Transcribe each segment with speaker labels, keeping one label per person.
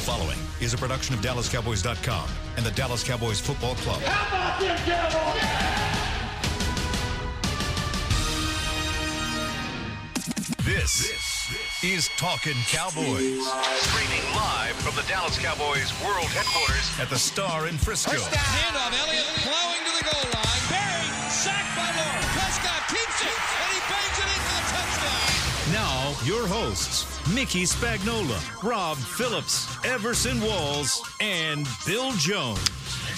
Speaker 1: following is a production of DallasCowboys.com and the Dallas Cowboys Football Club.
Speaker 2: How about them Cowboys?
Speaker 1: This is Talking Cowboys. Streaming live from the Dallas Cowboys World Headquarters at the Star in Frisco.
Speaker 3: Handoff, Elliott plowing to the goal line. Buried, sacked by Lord. Prescott keeps it, and he bangs it in for the touchdown.
Speaker 4: Now, your hosts, Mickey Spagnola, Rob Phillips, Everson Walls, and Bill Jones.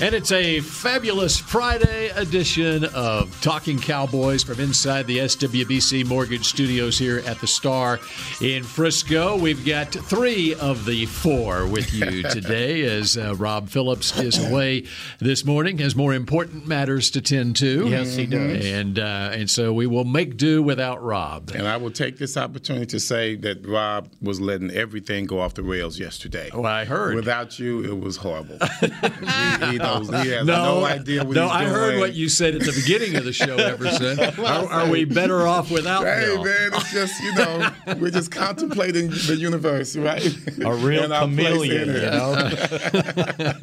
Speaker 5: And it's a fabulous Friday edition of Talking Cowboys from inside the SWBC Mortgage Studios here at the Star in Frisco. We've got three of the four with you today as uh, Rob Phillips is away this morning, has more important matters to tend to.
Speaker 6: Yes, he does.
Speaker 5: And, uh, and so we will make do without Rob.
Speaker 6: And I will take this opportunity to say that Rob was letting everything go off the rails yesterday.
Speaker 5: Well, Oh, I heard.
Speaker 6: Without you, it was horrible. he, he knows, he has no, idea what
Speaker 5: no,
Speaker 6: he's
Speaker 5: I heard
Speaker 6: doing.
Speaker 5: what you said at the beginning of the show, Everson. are, are we better off without
Speaker 6: Hey
Speaker 5: Bill?
Speaker 6: man, it's just you know we're just contemplating the universe, right?
Speaker 7: A real
Speaker 6: And our place
Speaker 7: chameleon,
Speaker 6: in it.
Speaker 7: you know?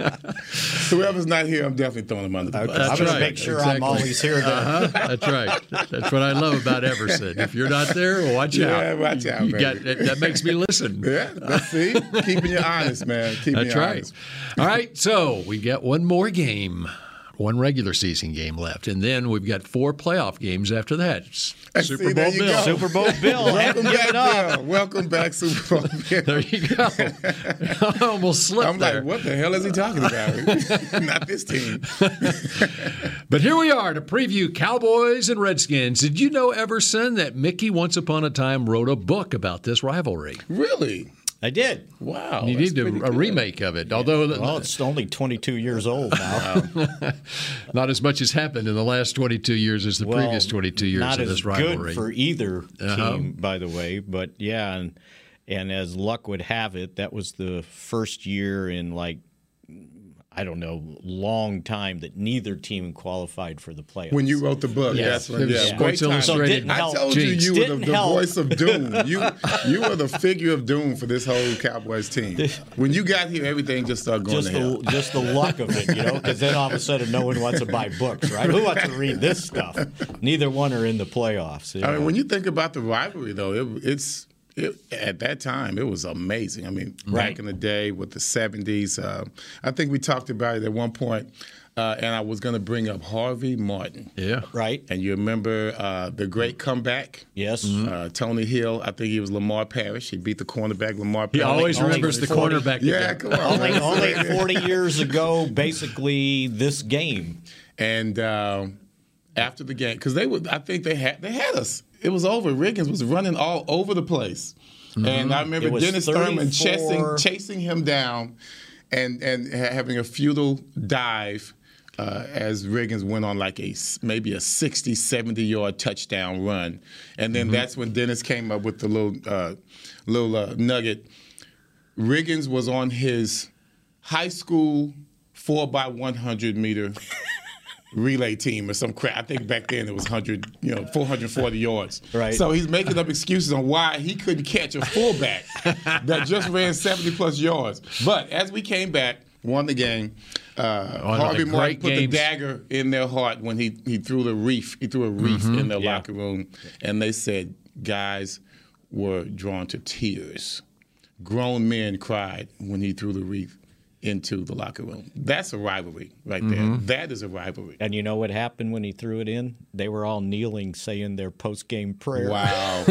Speaker 6: Whoever's not here, I'm definitely throwing him under the bus.
Speaker 7: I'm going
Speaker 5: Uh, right.
Speaker 7: to make sure I'm
Speaker 5: Exactly.
Speaker 7: always here. To,
Speaker 5: Uh-huh. That's right. That's what I love about Everson. If you're not there, well, watch
Speaker 6: Yeah,
Speaker 5: out.
Speaker 6: watch out,
Speaker 5: You
Speaker 6: baby.
Speaker 5: got- that, that makes me listen.
Speaker 6: Yeah, that's see, keeping you honest, man. Keeping
Speaker 5: That's
Speaker 6: you
Speaker 5: right.
Speaker 6: honest.
Speaker 5: All right. So we got one more game, one regular season game left, and then we've got four playoff games after that. It's Super
Speaker 6: see, there
Speaker 5: Bowl
Speaker 6: you
Speaker 5: Bill.
Speaker 6: go.
Speaker 7: Super Bowl Bill.
Speaker 6: Welcome
Speaker 7: haven't given up.
Speaker 6: back, Bill. Welcome back, Super Bowl. Bill.
Speaker 5: There you go. I almost slipped
Speaker 6: I'm
Speaker 5: there.
Speaker 6: like, what the hell is he talking about? Not this team.
Speaker 5: But here we are to preview Cowboys and Redskins. Did you know, Everson, that Mickey once upon a time wrote a book about this rivalry?
Speaker 6: Really?
Speaker 7: I did.
Speaker 6: Wow.
Speaker 5: you
Speaker 6: that's
Speaker 5: need to,
Speaker 6: pretty
Speaker 5: a
Speaker 6: good.
Speaker 5: remake of it, although
Speaker 7: Well, it's only 22 years old now.
Speaker 5: not as much has happened in the last 22 years as the
Speaker 7: Well,
Speaker 5: previous 22 years
Speaker 7: not
Speaker 5: of
Speaker 7: as
Speaker 5: this rivalry. Uh-huh.
Speaker 7: good for either team, by the way. But yeah, and, and as luck would have it, that was the first year in like I don't know, long time that neither team qualified for the playoffs.
Speaker 6: When you wrote the book,
Speaker 7: Yes.
Speaker 6: yes,
Speaker 5: It was
Speaker 6: yeah.
Speaker 5: Sports
Speaker 6: Great time.
Speaker 7: So
Speaker 5: Illustrated.
Speaker 7: didn't
Speaker 6: I
Speaker 7: help.
Speaker 6: told you
Speaker 5: Jinx.
Speaker 6: you were the,
Speaker 7: Didn't
Speaker 6: the
Speaker 7: help.
Speaker 6: voice of doom. You you were the figure of doom for this whole Cowboys team. When you got here, everything just started going
Speaker 7: just
Speaker 6: to hell.
Speaker 7: the just the luck of it, you know, because then all of a sudden no one wants to buy books, right? Who wants to read this stuff? Neither one are in the playoffs. you
Speaker 6: I mean,
Speaker 7: know.
Speaker 6: when you think about the rivalry, though, it, it's it, at that time it was amazing. I mean,
Speaker 7: Right.
Speaker 6: back in the day with the '70s, uh, I think we talked about it at one point, uh, and I was going to bring up Harvey Martin.
Speaker 5: yeah.
Speaker 7: right?
Speaker 6: And you remember uh, the great comeback?
Speaker 7: Yes.
Speaker 6: Uh, Tony Hill, I think he was Lamar Parrish. He beat the cornerback Lamar
Speaker 5: He
Speaker 6: Parrish.
Speaker 5: always
Speaker 7: only
Speaker 5: remembers the
Speaker 7: 40
Speaker 5: cornerback.
Speaker 6: Yeah, come on.
Speaker 7: only,
Speaker 6: man.
Speaker 7: only 40 years ago, basically, this game.
Speaker 6: And um, after the game, because they were, I think they had they had us. It was over. Riggins was running all over the place, and I
Speaker 7: Mm-hmm. It
Speaker 6: remember
Speaker 7: was
Speaker 6: Dennis Thurman chasing
Speaker 7: 34
Speaker 6: chasing him down, and and ha- having a futile dive. Uh, as Riggins went on like a s- maybe a 60, 70 yard touchdown run, and
Speaker 7: Mm-hmm.
Speaker 6: then that's when Dennis came up with the little uh, little uh, nugget. Riggins was on his high school four by one hundred meter relay team or some crap. I think back then it was hundred, you know, four hundred forty yards.
Speaker 7: Right.
Speaker 6: So he's making up excuses on why he couldn't catch a fullback that just ran seventy plus yards. But as we came back, won the game. Uh,
Speaker 5: One of the
Speaker 6: Harvey Martin
Speaker 5: great
Speaker 6: put
Speaker 5: games.
Speaker 6: the dagger in their heart when he he threw the reef. He threw a reef
Speaker 7: Mm-hmm.
Speaker 6: in their locker room, and they said guys were drawn to tears grown men cried when he threw the wreath into the locker room. That's a rivalry right
Speaker 7: Mm-hmm.
Speaker 6: there. That is a rivalry.
Speaker 7: And you know what happened when he threw it in? They were all kneeling, saying their post game prayer.
Speaker 6: Wow.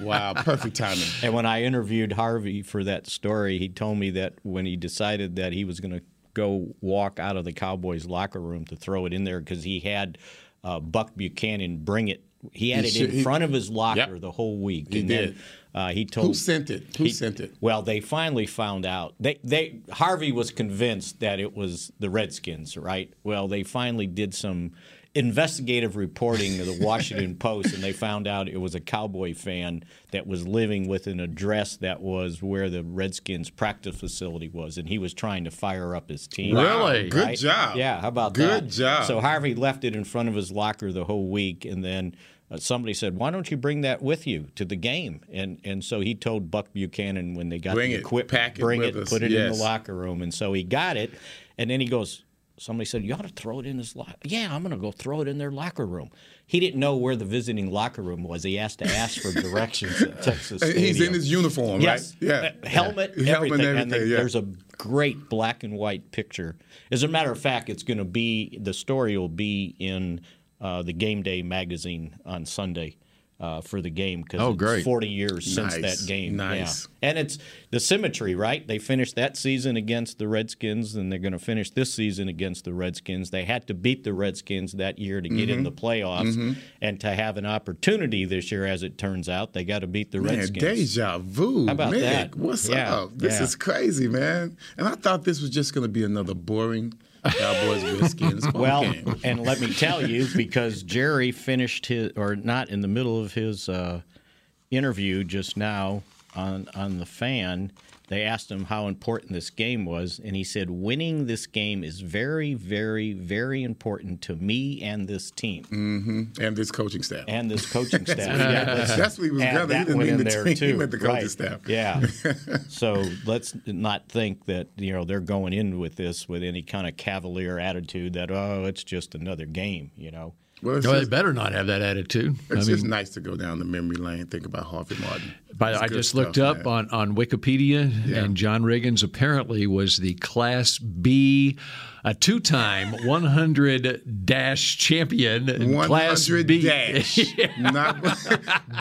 Speaker 6: wow. Perfect timing.
Speaker 7: And when I interviewed Harvey for that story, he told me that when he decided that he was going to go walk out of the Cowboys locker room to throw it in there because he had uh, Buck Buchanan bring it. He had
Speaker 6: He
Speaker 7: it
Speaker 6: should-
Speaker 7: in
Speaker 6: he-
Speaker 7: front of his locker
Speaker 6: Yep.
Speaker 7: the whole week.
Speaker 6: He
Speaker 7: and
Speaker 6: did.
Speaker 7: Then, uh, he told
Speaker 6: Who sent it? Who
Speaker 7: He-
Speaker 6: sent it?
Speaker 7: Well, they finally found out. They they Harvey was convinced that it was the Redskins, right? Well, they finally did some investigative reporting of the Washington Post, and they found out it was a cowboy fan that was living with an address that was where the Redskins practice facility was, and he was trying to fire up his team.
Speaker 5: Really?
Speaker 6: Good job.
Speaker 7: Yeah, how about
Speaker 6: Good
Speaker 7: that?
Speaker 6: job.
Speaker 7: So Harvey left it in front of his locker the whole week, and then uh, somebody said, "Why don't you bring that with you to the game?" And and so he told Buck Buchanan when they got
Speaker 6: Bring
Speaker 7: the
Speaker 6: it.
Speaker 7: equipment,
Speaker 6: Pack it
Speaker 7: bring
Speaker 6: with
Speaker 7: it,
Speaker 6: us.
Speaker 7: put it in
Speaker 6: Yes.
Speaker 7: the locker room, and so he got it, and then he goes. Somebody said, You ought to throw it in his locker. Yeah, I'm going to go throw it in their locker room. He didn't know where the visiting locker room was. He asked to ask for directions at Texas
Speaker 6: And
Speaker 7: Stadium.
Speaker 6: He's in his uniform,
Speaker 7: Yes.
Speaker 6: right? Yeah.
Speaker 7: Uh, Helmet,
Speaker 6: Yeah.
Speaker 7: everything.
Speaker 6: Helmet,
Speaker 7: And then
Speaker 6: everything, yeah.
Speaker 7: there's a great black and white picture. As a matter of fact, it's going to be the story will be in uh, the Game Day magazine on Sunday. Uh, for the game because
Speaker 5: Oh,
Speaker 7: it's
Speaker 5: great.
Speaker 7: 40 years since
Speaker 6: Nice,
Speaker 7: that game.
Speaker 6: nice.
Speaker 7: Yeah. And it's the symmetry, right? They finished that season against the Redskins and they're going to finish this season against the Redskins. They had to beat the Redskins that year to get
Speaker 6: Mm-hmm.
Speaker 7: in the playoffs and to have an opportunity this year, as it turns out. They got to beat the
Speaker 6: Man,
Speaker 7: Redskins.
Speaker 6: deja vu.
Speaker 7: How about
Speaker 6: Mick,
Speaker 7: that?
Speaker 6: What's
Speaker 7: Yeah,
Speaker 6: up? This
Speaker 7: yeah.
Speaker 6: is crazy, man. And I thought this was just going to be another boring Cowboys Redskins ball
Speaker 7: Well,
Speaker 6: game.
Speaker 7: and let me tell you, because Jerry finished his, or not in the middle of his uh, interview just now on on the fan, they asked him how important this game was, and he said, "Winning this game is very, very, very important to me and this team
Speaker 6: And this coaching staff.
Speaker 7: and this coaching staff." Yeah, let's
Speaker 6: That's what he was
Speaker 7: add
Speaker 6: gathering. He
Speaker 7: that
Speaker 6: didn't
Speaker 7: one
Speaker 6: mean
Speaker 7: in
Speaker 6: the
Speaker 7: there
Speaker 6: team,
Speaker 7: too.
Speaker 6: he meant the coaching
Speaker 7: Right.
Speaker 6: staff.
Speaker 7: Yeah. so let's not think that you know they're going in with this with any kind of cavalier attitude that oh it's just another game. You know.
Speaker 6: Well, it's,
Speaker 5: No, they
Speaker 6: just,
Speaker 5: better not have that attitude. I
Speaker 6: it's
Speaker 5: mean,
Speaker 6: just nice to go down the memory lane, think about Harvey Martin.
Speaker 5: by, I
Speaker 6: good
Speaker 5: just
Speaker 6: stuff,
Speaker 5: looked up
Speaker 6: man.
Speaker 5: on, on Wikipedia, and John Riggins apparently was the Class B, a two time 100 dash champion. in Class
Speaker 6: 100
Speaker 5: B.
Speaker 6: dash. Not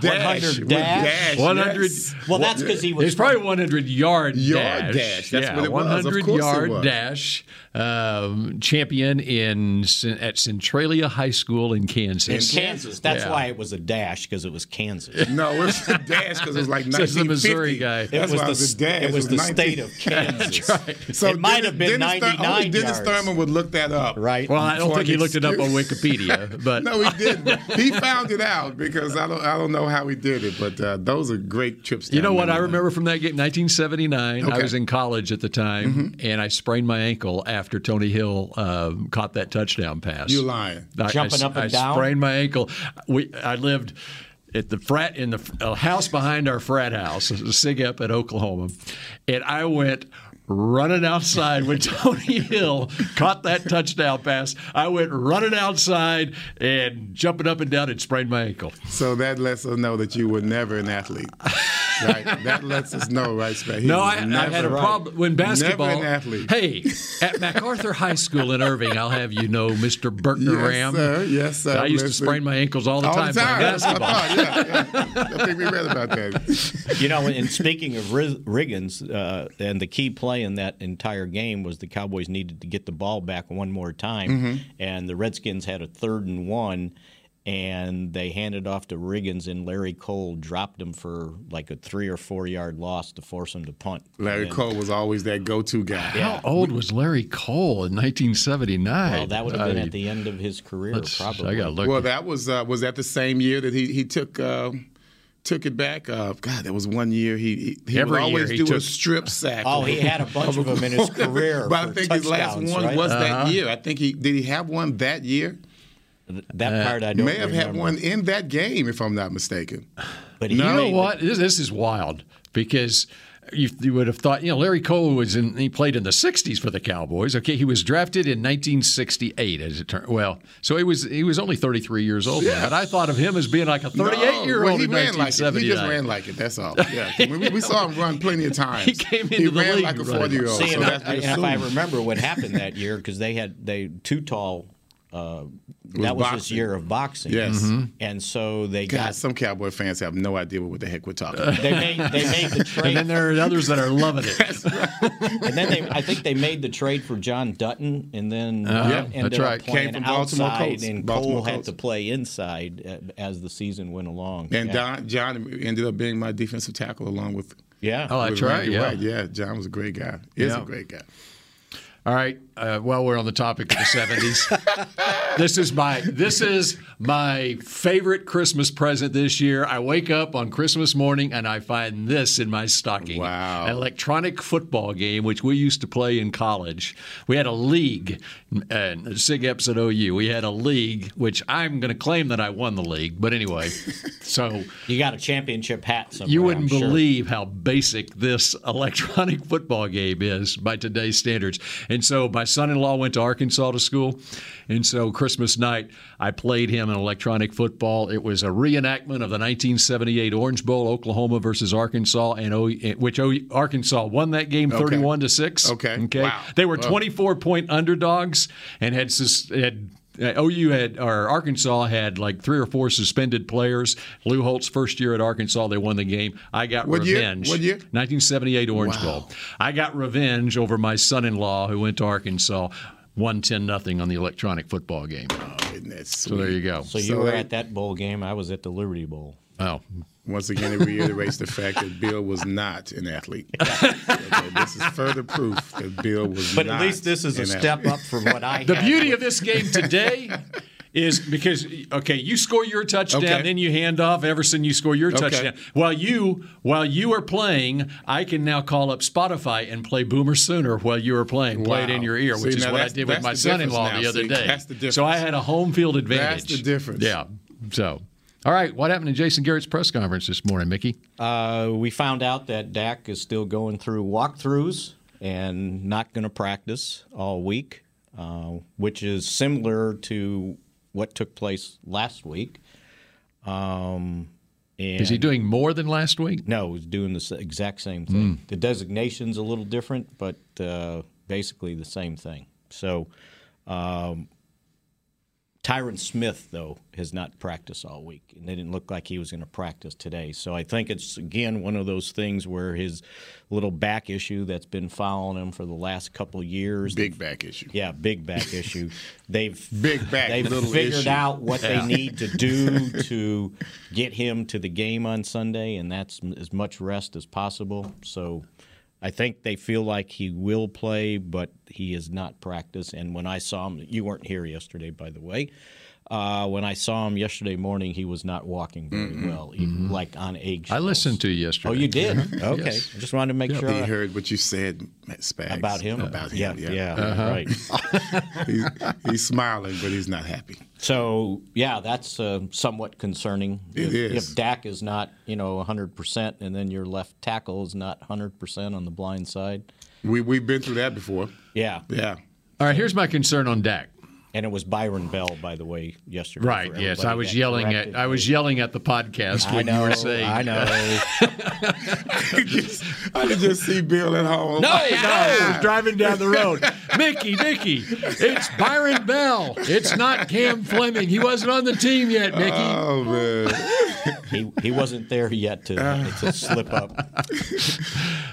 Speaker 6: dash.
Speaker 7: 100
Speaker 6: with
Speaker 7: dash?
Speaker 5: 100
Speaker 6: yes.
Speaker 7: Well, that's because he was
Speaker 5: It's probably 100 yard
Speaker 6: Yard
Speaker 5: dash.
Speaker 6: dash. That's
Speaker 5: yeah,
Speaker 6: what it was. Of
Speaker 5: 100
Speaker 6: course it
Speaker 5: yard
Speaker 6: was.
Speaker 5: dash um, champion in Cen- at Centralia High School in Kansas.
Speaker 7: Kansas. That's
Speaker 5: Yeah.
Speaker 7: why it was a dash because it was Kansas.
Speaker 6: No, it was a dash because it was like 1950.
Speaker 5: Says the Missouri guy.
Speaker 7: It
Speaker 6: That's
Speaker 7: was
Speaker 6: why it
Speaker 7: the,
Speaker 6: was a
Speaker 7: st-
Speaker 6: dash.
Speaker 7: It was the state
Speaker 6: 1950.
Speaker 7: of Kansas.
Speaker 6: So
Speaker 7: it might
Speaker 6: Dennis-
Speaker 7: have been
Speaker 6: Dennis Thur- only
Speaker 7: 99
Speaker 6: Dennis
Speaker 7: yards.
Speaker 6: Thurman would look that up.
Speaker 7: Right.
Speaker 5: Well, I don't
Speaker 6: Before
Speaker 5: think he
Speaker 6: I
Speaker 5: looked it up on
Speaker 6: excuse-
Speaker 5: Wikipedia, but
Speaker 6: No, he didn't. he found it out because I don't I don't know how he did it, but uh, those are great trips.
Speaker 5: You know
Speaker 6: down
Speaker 5: what I
Speaker 6: memory lane.
Speaker 5: remember from that game, 1979. I
Speaker 6: Okay. Mm-hmm.
Speaker 5: was in college at the time, and I sprained my ankle after Tony Hill um, caught that touchdown pass.
Speaker 6: You're lying.
Speaker 5: I- I
Speaker 7: Jumping up and
Speaker 5: I
Speaker 7: down?
Speaker 5: sprained my ankle. We, I lived at the frat in the a house behind our frat house, Sig up at Oklahoma, and I went. Running outside when Tony Hill caught that touchdown pass, I went running outside and jumping up and down and sprained my ankle.
Speaker 6: So that lets us know that you were never an athlete. right. That lets us know, right, Spe- he
Speaker 5: No,
Speaker 6: was
Speaker 5: I, I
Speaker 6: never-
Speaker 5: had a problem when basketball.
Speaker 6: Never an athlete.
Speaker 5: Hey, at MacArthur High School in Irving, I'll have you know, Mr. Bertner
Speaker 6: Yes,
Speaker 5: Ram.
Speaker 6: sir. Yes, sir.
Speaker 5: I used to
Speaker 6: Listen.
Speaker 5: sprain my ankles all the
Speaker 6: All
Speaker 5: time.
Speaker 6: the time.
Speaker 5: playing
Speaker 6: That's what
Speaker 5: basketball.
Speaker 6: I thought. Yeah, yeah. I think we read about that.
Speaker 7: You know, and speaking of Riz- Riggins, uh, and the key play in that entire game was the Cowboys needed to get the ball back one more time,
Speaker 6: Mm-hmm.
Speaker 7: and the Redskins had a third and one, and they handed off to Riggins, and Larry Cole dropped him for like a three or four yard loss to force him to punt.
Speaker 6: Larry
Speaker 7: And-
Speaker 6: Cole was always that go-to guy.
Speaker 5: How old was Larry Cole in 1979?
Speaker 7: Well, that would have been
Speaker 5: I-
Speaker 7: at the end of his career,
Speaker 5: let's-
Speaker 7: probably.
Speaker 5: I got to look.
Speaker 6: Well, that was uh, was that the same year that he he took uh, took it back. Uh, God, that was one year he he, he
Speaker 5: Every
Speaker 6: would
Speaker 5: year
Speaker 6: always
Speaker 5: he
Speaker 6: do a
Speaker 5: took-
Speaker 6: strip sack.
Speaker 7: Oh, he had a bunch of them in his career.
Speaker 6: but I
Speaker 7: for
Speaker 6: think his last
Speaker 7: touchdowns,
Speaker 6: one
Speaker 7: right?
Speaker 6: was
Speaker 5: Uh-huh.
Speaker 6: that year. I think he did he have one that year.
Speaker 7: that part I don't
Speaker 6: May have had
Speaker 7: remember.
Speaker 6: one in that game, if I'm not mistaken.
Speaker 7: But
Speaker 5: you
Speaker 7: he
Speaker 5: know
Speaker 7: made the-
Speaker 5: what? This, this is wild because you, you would have thought, you know, Larry Cole was in, he played in the 60s for the Cowboys. Okay, he was drafted in 1968, as it turned Well, so he was he was only 33 years old. then, But I thought of him as being like a 38
Speaker 6: No,
Speaker 5: year
Speaker 6: well,
Speaker 5: old
Speaker 6: he
Speaker 5: in
Speaker 6: ran like it. He
Speaker 5: 1979.
Speaker 6: just ran like it. That's all. Yeah, we, we- we saw him run plenty of times.
Speaker 5: He came
Speaker 6: he
Speaker 5: into the
Speaker 6: ran
Speaker 5: league
Speaker 6: like a
Speaker 5: running.
Speaker 6: forty year old.
Speaker 7: See,
Speaker 6: So
Speaker 7: and I-
Speaker 6: that's
Speaker 7: and
Speaker 6: been
Speaker 7: if I
Speaker 6: assumed.
Speaker 7: remember what happened that year, because they had they too tall. Uh,
Speaker 6: was
Speaker 7: that was this
Speaker 6: boxing.
Speaker 7: year of boxing.
Speaker 6: Yes.
Speaker 5: Mm-hmm.
Speaker 6: Mhm.
Speaker 7: and so they
Speaker 6: God,
Speaker 7: got
Speaker 6: some cowboy fans have no idea what the heck we're talking. about.
Speaker 7: they made they made the trade,
Speaker 5: and then there are others that are loving it.
Speaker 7: and then they I think they made the trade for John Dutton, and then
Speaker 6: Uh-huh.
Speaker 5: Yeah,
Speaker 7: ended
Speaker 5: that's
Speaker 7: up
Speaker 5: right. Came
Speaker 7: playing
Speaker 6: from Baltimore
Speaker 7: outside,
Speaker 6: Colts.
Speaker 7: and
Speaker 6: Baltimore
Speaker 7: Cole had
Speaker 6: Colts.
Speaker 7: to play inside uh, as the season went along.
Speaker 6: And
Speaker 7: yeah.
Speaker 6: Don, John ended up being my defensive tackle along with.
Speaker 7: yeah.
Speaker 5: Oh, that's
Speaker 6: with
Speaker 5: right.
Speaker 6: Randy
Speaker 5: Yeah.
Speaker 6: White. yeah. John was a great guy. Is
Speaker 5: Yeah.
Speaker 6: a great guy.
Speaker 5: All right. Uh, well, we're on the topic of the seventies. this is my this is my favorite Christmas present this year. I wake up on Christmas morning and I find this in my stocking.
Speaker 6: Wow.
Speaker 5: An electronic football game which we used to play in college. We had a league, and Sig Epps at OU. We had a league which I'm going to claim that I won the league, but anyway. so
Speaker 7: You got a championship hat somewhere.
Speaker 5: you
Speaker 7: I'm
Speaker 5: wouldn't
Speaker 7: sure.
Speaker 5: believe how basic this electronic football game is by today's standards. And so my son-in-law went to Arkansas to school, and so Christmas night I played him in electronic football. It was a reenactment of the 1978 Orange Bowl, Oklahoma versus Arkansas, and o, which o, Arkansas won that game 31 to six.
Speaker 6: Okay.
Speaker 5: Okay.
Speaker 6: Wow.
Speaker 5: They were 24 point underdogs and had sus- had. Uh, OU had or Arkansas had like three or four suspended players. Lou Holt's first year at Arkansas, they won the game. I got
Speaker 6: What year?
Speaker 5: revenge.
Speaker 6: What year?
Speaker 5: 1978 Orange Bowl. I got revenge over my son-in-law who went to Arkansas, won 10 nothing on the electronic football game.
Speaker 6: Isn't that
Speaker 5: So there
Speaker 6: sweet?
Speaker 5: you go.
Speaker 7: So you were at that bowl game. I was at the Liberty Bowl.
Speaker 5: Wow.
Speaker 6: Once again, it reiterates the fact that Bill was not an athlete. Okay, this is further proof that Bill was
Speaker 7: But
Speaker 6: not.
Speaker 7: at least this is a
Speaker 6: an
Speaker 7: step up from what I.
Speaker 5: The
Speaker 7: had
Speaker 5: beauty
Speaker 7: with-
Speaker 5: of this game today is because okay, you score your touchdown,
Speaker 6: Okay.
Speaker 5: then you hand off. Everson, you score your touchdown. While you while you are playing, I can now call up Spotify and play Boomer Sooner while you are playing. Play it
Speaker 6: Wow.
Speaker 5: in your ear,
Speaker 6: See,
Speaker 5: which is
Speaker 6: now
Speaker 5: what I
Speaker 6: that's-
Speaker 5: did with
Speaker 6: that's
Speaker 5: my
Speaker 6: the
Speaker 5: son-in-law
Speaker 6: difference
Speaker 5: the
Speaker 6: now.
Speaker 5: other
Speaker 6: See,
Speaker 5: day.
Speaker 6: that's the difference.
Speaker 5: So I had a home field advantage.
Speaker 6: That's the difference.
Speaker 5: Yeah. So, all right, what happened in Jason Garrett's press conference this morning, Mickey?
Speaker 7: Uh, we found out that Dak is still going through walkthroughs and not going to practice all week, uh, which is similar to what took place last week. Um, and
Speaker 5: Is he doing more than last week?
Speaker 7: No, he's doing the s- exact
Speaker 6: Mm.
Speaker 7: same thing. The designation's a little different, but uh, basically the same thing. So, um, Tyron Smith though has not practiced all week, and it didn't look like he was going to practice today. So I think it's again one of those things where his little back issue that's been following him for the last couple years,
Speaker 6: Big back issue.
Speaker 7: yeah, big back issue. They've
Speaker 6: Big back,
Speaker 7: They've
Speaker 6: little
Speaker 7: figured
Speaker 6: issue.
Speaker 7: out what they need to do to get him to the game on Sunday, and that's m- as much rest as possible. So, I think they feel like he will play, but he is not practice. And when I saw him, you weren't here yesterday, by the way. Uh, when I saw him yesterday morning, he was not walking very well, even,
Speaker 6: Mm-hmm.
Speaker 7: like on eggshells.
Speaker 5: I listened to you yesterday. Mm-hmm.
Speaker 7: Oh, you did? Okay. I just wanted to make sure.
Speaker 6: He
Speaker 7: I-
Speaker 6: heard what you said, Matt Spags.
Speaker 7: uh, about him.
Speaker 6: About him.
Speaker 7: Yeah,
Speaker 6: Yeah.
Speaker 7: yeah,
Speaker 5: Uh-huh.
Speaker 7: right.
Speaker 6: He's, he's smiling, but he's not happy.
Speaker 7: So yeah, that's uh, somewhat concerning.
Speaker 6: It
Speaker 7: if,
Speaker 6: is.
Speaker 7: if Dak is not you know 100%, and then your left tackle is not 100% on the blind side.
Speaker 6: We we've been through that before.
Speaker 7: Yeah,
Speaker 6: Yeah.
Speaker 5: All right, here's my concern on Dak.
Speaker 7: and it was Byron Bell, by the way, yesterday.
Speaker 5: Right.
Speaker 7: for
Speaker 5: Yes,
Speaker 7: everybody
Speaker 5: I was
Speaker 7: that
Speaker 5: yelling
Speaker 7: corrected
Speaker 5: at I was
Speaker 7: me.
Speaker 5: yelling at the podcast
Speaker 7: I
Speaker 5: when you
Speaker 7: know.
Speaker 5: were saying.
Speaker 7: I know.
Speaker 6: I could just see Bill at home.
Speaker 5: No, no, I was driving down the road. Mickey, Mickey, it's Byron Bell. It's not Cam Fleming. He wasn't on the team yet, Mickey.
Speaker 6: Oh man.
Speaker 7: he, he wasn't there yet to,
Speaker 5: Uh.
Speaker 7: to slip up.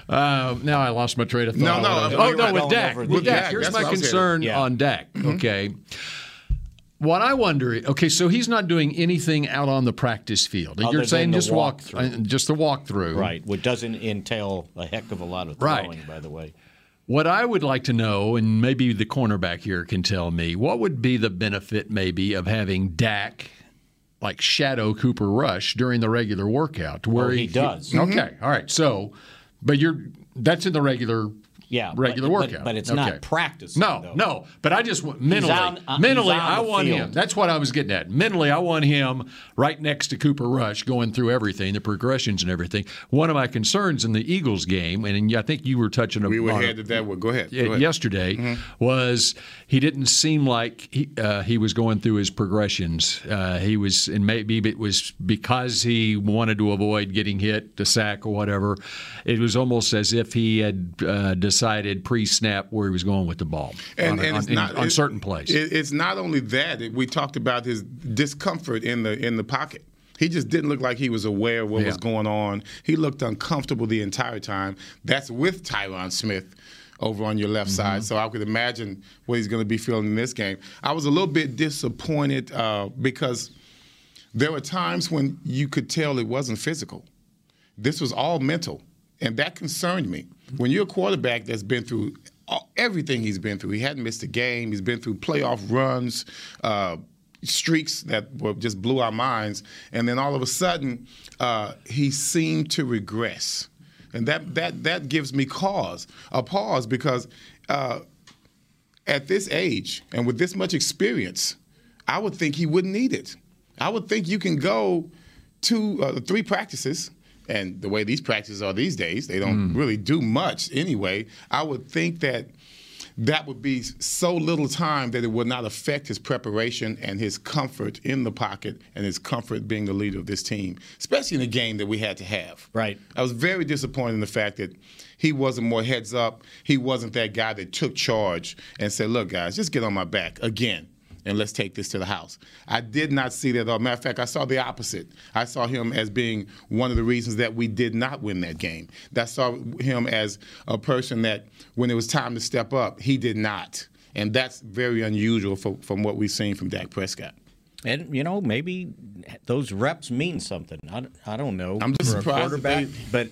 Speaker 5: Um, now I lost my train of thought.
Speaker 6: No,
Speaker 5: I
Speaker 6: no,
Speaker 5: went
Speaker 6: no,
Speaker 5: off-
Speaker 6: you
Speaker 5: oh
Speaker 6: were
Speaker 5: no, with
Speaker 7: going
Speaker 5: Dak.
Speaker 7: over
Speaker 5: With
Speaker 7: the-
Speaker 5: Dak.
Speaker 6: Dak,
Speaker 5: Here's
Speaker 6: that's
Speaker 5: my
Speaker 6: what I was
Speaker 5: concern
Speaker 7: hearing. Yeah.
Speaker 5: on Dak. Okay. What I wonder, is- okay, so he's not doing anything out on the practice field.
Speaker 7: Other
Speaker 5: You're
Speaker 7: than
Speaker 5: saying
Speaker 7: the
Speaker 5: just walk,
Speaker 7: walkthrough.
Speaker 5: uh, just the walkthrough,
Speaker 7: Right, which doesn't entail a heck of a lot of
Speaker 5: Right.
Speaker 7: throwing, by the way.
Speaker 5: What I would like to know, and maybe the cornerback here can tell me, what would be the benefit maybe of having Dak like shadow Cooper Rush during the regular workout? Where
Speaker 7: Oh, he does.
Speaker 5: Okay, all right. So, but you're that's in the regular
Speaker 7: Yeah, but-
Speaker 5: regular
Speaker 7: but-
Speaker 5: workout,
Speaker 7: but it's
Speaker 5: Okay.
Speaker 7: not practice.
Speaker 5: No,
Speaker 7: though.
Speaker 5: no. But I just want mentally,
Speaker 7: on- uh,
Speaker 5: mentally,
Speaker 7: he's on
Speaker 5: I
Speaker 7: the
Speaker 5: want him.
Speaker 7: field.
Speaker 5: That's what I was getting at. Mentally, I want him right next to Cooper Rush, going through everything, the progressions and everything. One of my concerns in the Eagles game, and I think you were touching
Speaker 6: We were
Speaker 5: on it
Speaker 6: headed that way. Go ahead. Go
Speaker 5: it
Speaker 6: ahead.
Speaker 5: yesterday
Speaker 6: Mm-hmm.
Speaker 5: was he didn't seem like he, uh, he was going through his progressions. Uh, he was, and maybe it was because he wanted to avoid getting hit, the sack or whatever. It was almost as if he had uh, decided pre-snap where he was going with the ball on, on-
Speaker 6: it's
Speaker 5: in- on
Speaker 6: it-
Speaker 5: certain plays.
Speaker 6: It, it's not only that it, we talked about his discomfort in the in the pocket. He just didn't look like he was aware of what was
Speaker 5: Yeah.
Speaker 6: going on. He looked uncomfortable the entire time. That's with Tyron Smith over on your
Speaker 5: Mm-hmm.
Speaker 6: left side. So I could imagine what he's going to be feeling in this game. I was a little bit disappointed uh, because there were times when you could tell it wasn't physical. This was all mental, and that concerned me. When you're a quarterback that's been through all- everything he's been through. He hadn't missed a game. He's been through playoff runs, uh, streaks that were just blew our minds, and then all of a sudden, uh, he seemed to regress, and that that that gives me cause a pause because. Uh, at this age and with this much experience, I would think he wouldn't need it. I would think you can go to uh, three practices, and the way these practices are these days, they don't really do much anyway. I would think that that would be so little time that it would not affect his preparation and his comfort in the pocket and his comfort being the leader of this team, especially in a game that we had to have.
Speaker 7: Right.
Speaker 6: I was very disappointed in the fact that he wasn't more heads up. He wasn't that guy that took charge and said, look, guys, just get on my back again and let's take this to the house. I did not see that at all. Matter of fact, I saw the opposite. I saw him as being one of the reasons that we did not win that game. I saw him as a person that when it was time to step up, he did not. And that's very unusual for, from what we've seen from Dak Prescott.
Speaker 7: And you know, maybe those reps mean something. I, don't- I don't know.
Speaker 6: I'm just
Speaker 7: for a
Speaker 6: surprised that
Speaker 7: quarterback, but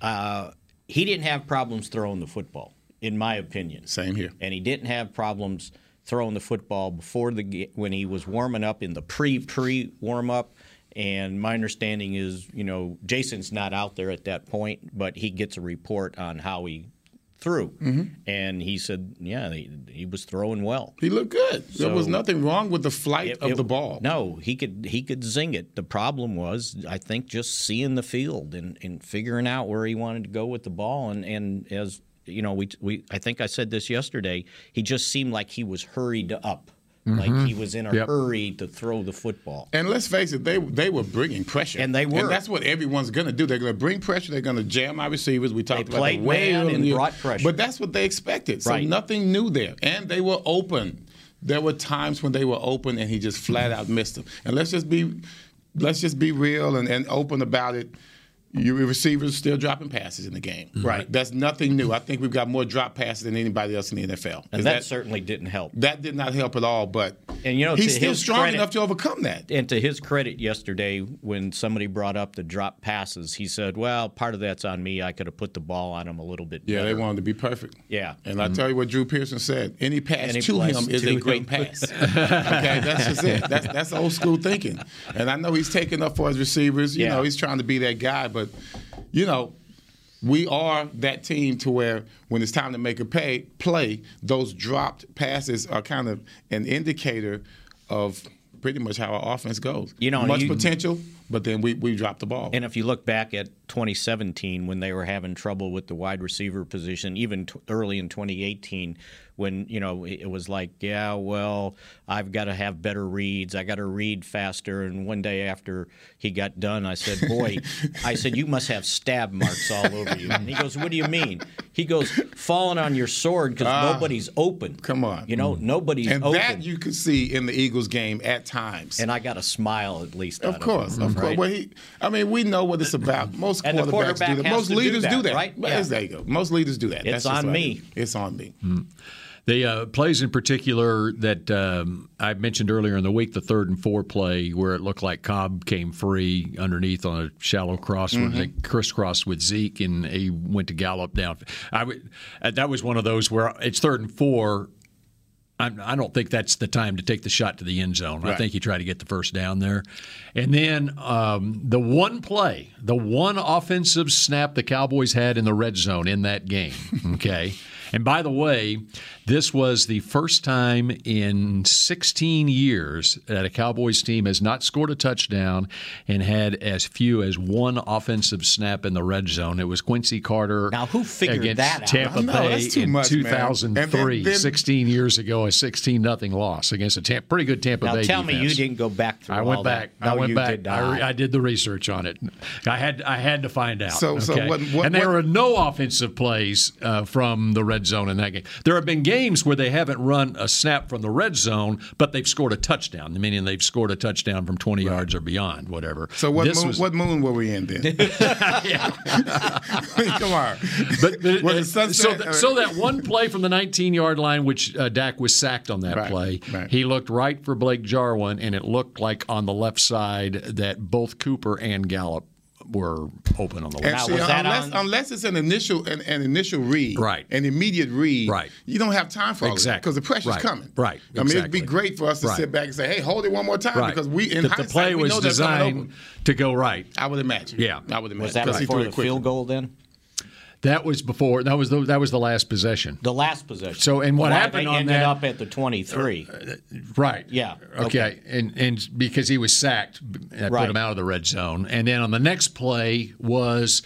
Speaker 7: uh, he didn't have problems throwing the football, in my opinion.
Speaker 6: Same here.
Speaker 7: And he didn't have problems throwing the football before the ga- when he was warming up in the pre pre warm up. And my understanding is, you know, Jason's not out there at that point, but he gets a report on how he threw, and he said, yeah, he, he was throwing well.
Speaker 6: Mm-hmm. He looked good. there was
Speaker 7: So-
Speaker 6: nothing wrong with the flight
Speaker 7: It-
Speaker 6: of
Speaker 7: it-
Speaker 6: the ball.
Speaker 7: No, he could he could zing it. The problem was, I think, just seeing the field and, and figuring out where he wanted to go with the ball. And, and as you know, we we I think I said this yesterday. He just seemed like he was hurried up,
Speaker 6: Mm-hmm.
Speaker 7: like he was in a
Speaker 5: Yep.
Speaker 7: hurry to throw the football.
Speaker 6: And let's face it, they they were bringing pressure,
Speaker 7: And they were.
Speaker 6: And that's what everyone's going to do. They're going to bring pressure. They're going to jam our receivers. We talked about
Speaker 7: played
Speaker 6: that way
Speaker 7: man
Speaker 6: earlier.
Speaker 7: and brought pressure.
Speaker 6: But that's what they expected. So
Speaker 7: Right.
Speaker 6: nothing new there, and they were open. There were times when they were open, and he just flat out missed them. And let's just be, let's just be real and, and open about it. Your receivers still dropping passes in the game.
Speaker 7: Mm-hmm.
Speaker 6: Right. That's nothing new. I think we've got more drop passes than anybody else in the NFL.
Speaker 7: And
Speaker 6: Is
Speaker 7: that, certainly didn't help.
Speaker 6: that did not help at all. But
Speaker 7: And, you know,
Speaker 6: he's
Speaker 7: to
Speaker 6: still
Speaker 7: his
Speaker 6: strong
Speaker 7: credit-
Speaker 6: enough to overcome that.
Speaker 7: and to his credit yesterday when somebody brought up the drop passes he said well part of that's on me i could have put the ball on him a little bit
Speaker 6: Yeah,
Speaker 7: better.
Speaker 6: they wanted to be perfect.
Speaker 7: Yeah. Mm-hmm.
Speaker 6: And I tell you what Drew Pearson said any pass
Speaker 7: Any
Speaker 6: to
Speaker 7: pass
Speaker 6: him is
Speaker 7: to
Speaker 6: a
Speaker 7: him.
Speaker 6: great pass. okay, that's just it. That's, that's old school thinking. And I know he's taking up for his receivers. You
Speaker 7: Yeah.
Speaker 6: know, he's trying to be that guy, but, you know, we are that team to where when it's time to make a pay play, those dropped passes are kind of an indicator of pretty much how our offense goes.
Speaker 7: You know,
Speaker 6: much
Speaker 7: you-
Speaker 6: potential, but then we, we drop the ball.
Speaker 7: And if you look back at 2017, when they were having trouble with the wide receiver position, even t- early in 2018, when you know it it was like, yeah, well, I've got to have better reads, I got to read faster. And one day after he got done, I said, boy, I said you must have stab marks all over you. And he goes, what do you mean? He goes, falling on your sword because nobody's open.
Speaker 6: Ah. come on.
Speaker 7: you know nobody's
Speaker 6: and
Speaker 7: open.
Speaker 6: that you could see in the Eagles game at times.
Speaker 7: and I got a smile at least. out
Speaker 6: Of course,
Speaker 7: him,
Speaker 6: of course.
Speaker 7: right?
Speaker 6: Well, he, I mean, we know what it's about. Most
Speaker 7: And the
Speaker 6: quarterbacks
Speaker 7: quarterback
Speaker 6: do that.
Speaker 7: has
Speaker 6: Most
Speaker 7: to do
Speaker 6: leaders
Speaker 7: that,
Speaker 6: do that.
Speaker 7: right?
Speaker 6: Yes,
Speaker 7: Yeah.
Speaker 6: There you go. Most leaders do that. That's
Speaker 7: It's
Speaker 6: just
Speaker 7: on
Speaker 6: what it
Speaker 7: me. Hmm.
Speaker 6: is. It's on me.
Speaker 5: The uh, plays in particular that um, I mentioned earlier in the week, the third and four play, where it looked like Cobb came free underneath on a shallow cross, where they crisscrossed with Zeke, and he went to gallop down. I would, uh, that was one of those where it's third and four. I'm, I don't think that's the time to take the shot to the end zone. I
Speaker 6: Right.
Speaker 5: think you try to get the first down there. And then um, the one play, the one offensive snap the Cowboys had in the red zone in that game. Okay. and by the way, this was the first time in 16 years that a Cowboys team has not scored a touchdown and had as few as one offensive snap in the red zone. It was Quincy Carter
Speaker 7: Now, who figured
Speaker 5: against
Speaker 7: that out?
Speaker 5: Tampa
Speaker 6: I know,
Speaker 5: Bay
Speaker 6: that's too
Speaker 5: in
Speaker 6: much, man.
Speaker 5: 2003.
Speaker 6: And then- then-
Speaker 5: 16 years ago, a 16 nothing loss against a Tam- pretty good Tampa
Speaker 7: Now
Speaker 5: Bay
Speaker 7: tell me you
Speaker 5: defense.
Speaker 7: didn't go back through
Speaker 5: I
Speaker 7: all
Speaker 5: went back.
Speaker 7: that. No,
Speaker 5: I went
Speaker 7: you
Speaker 5: back.
Speaker 7: Did
Speaker 5: I,
Speaker 7: not.
Speaker 5: re- I did the research on it. I had I had to find out.
Speaker 6: So- so
Speaker 5: okay?
Speaker 6: what- what-
Speaker 5: and there
Speaker 6: what-
Speaker 5: were no offensive plays uh, from the red zone in that game. There have been games where they haven't run a snap from the red zone, but they've scored a touchdown. Meaning they've scored a touchdown from 20 yards or beyond, whatever.
Speaker 6: So what
Speaker 5: This
Speaker 6: moon,
Speaker 5: was-
Speaker 6: what moon were we in then? Come on.
Speaker 5: But, but
Speaker 6: Was
Speaker 5: it-
Speaker 6: it sunset
Speaker 5: so, th-
Speaker 6: or-
Speaker 5: so that one play from the 19 yard line, which uh, Dak was sacked on that
Speaker 6: Right,
Speaker 5: play,
Speaker 6: right.
Speaker 5: he looked right for Blake Jarwin, and it looked like on the left side that both Cooper and Gallup were open on the
Speaker 6: And
Speaker 5: left.
Speaker 6: see,
Speaker 7: was that
Speaker 6: unless,
Speaker 7: on-
Speaker 6: unless it's an initial an, an initial read,
Speaker 5: Right.
Speaker 6: an immediate read,
Speaker 5: Right.
Speaker 6: you don't have time for all
Speaker 5: Exactly.
Speaker 6: because the pressure's
Speaker 5: Right.
Speaker 6: coming.
Speaker 5: Right.
Speaker 6: I mean, it'd
Speaker 5: Exactly.
Speaker 6: be great for us to
Speaker 5: Right.
Speaker 6: sit back and say, "Hey, hold it one more time,"
Speaker 5: Right.
Speaker 6: because we in
Speaker 5: the, the
Speaker 6: hindsight
Speaker 5: play
Speaker 6: we
Speaker 5: was
Speaker 6: know they're coming
Speaker 5: designed
Speaker 6: open.
Speaker 5: to go right.
Speaker 6: I would imagine.
Speaker 5: Yeah.
Speaker 6: I would imagine.
Speaker 7: Was that
Speaker 6: 'cause he
Speaker 7: before
Speaker 6: threw
Speaker 7: the
Speaker 6: it quickly.
Speaker 7: field goal then?
Speaker 5: That was before. That was the, that was the last possession.
Speaker 7: The last possession.
Speaker 5: So, and what
Speaker 7: Why
Speaker 5: happened
Speaker 7: they
Speaker 5: on
Speaker 7: ended
Speaker 5: that-
Speaker 7: up at the 23.
Speaker 5: Right.
Speaker 7: Yeah.
Speaker 5: Okay. And and because he was sacked, that put
Speaker 7: Right.
Speaker 5: him out of the red zone. And then on the next play was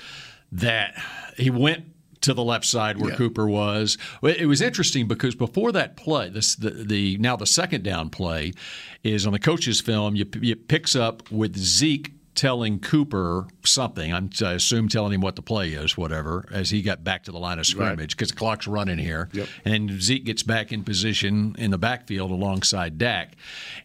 Speaker 5: that he went to the left side where Cooper was. Well, It was interesting because before that play, this the, the now the second down play is on the coach's film. You, it picks up with Zeke telling Cooper something. I'm, I assume telling him what the play is, whatever, as he got back to the line of scrimmage because the clock's running here. And Zeke gets back in position in the backfield alongside Dak.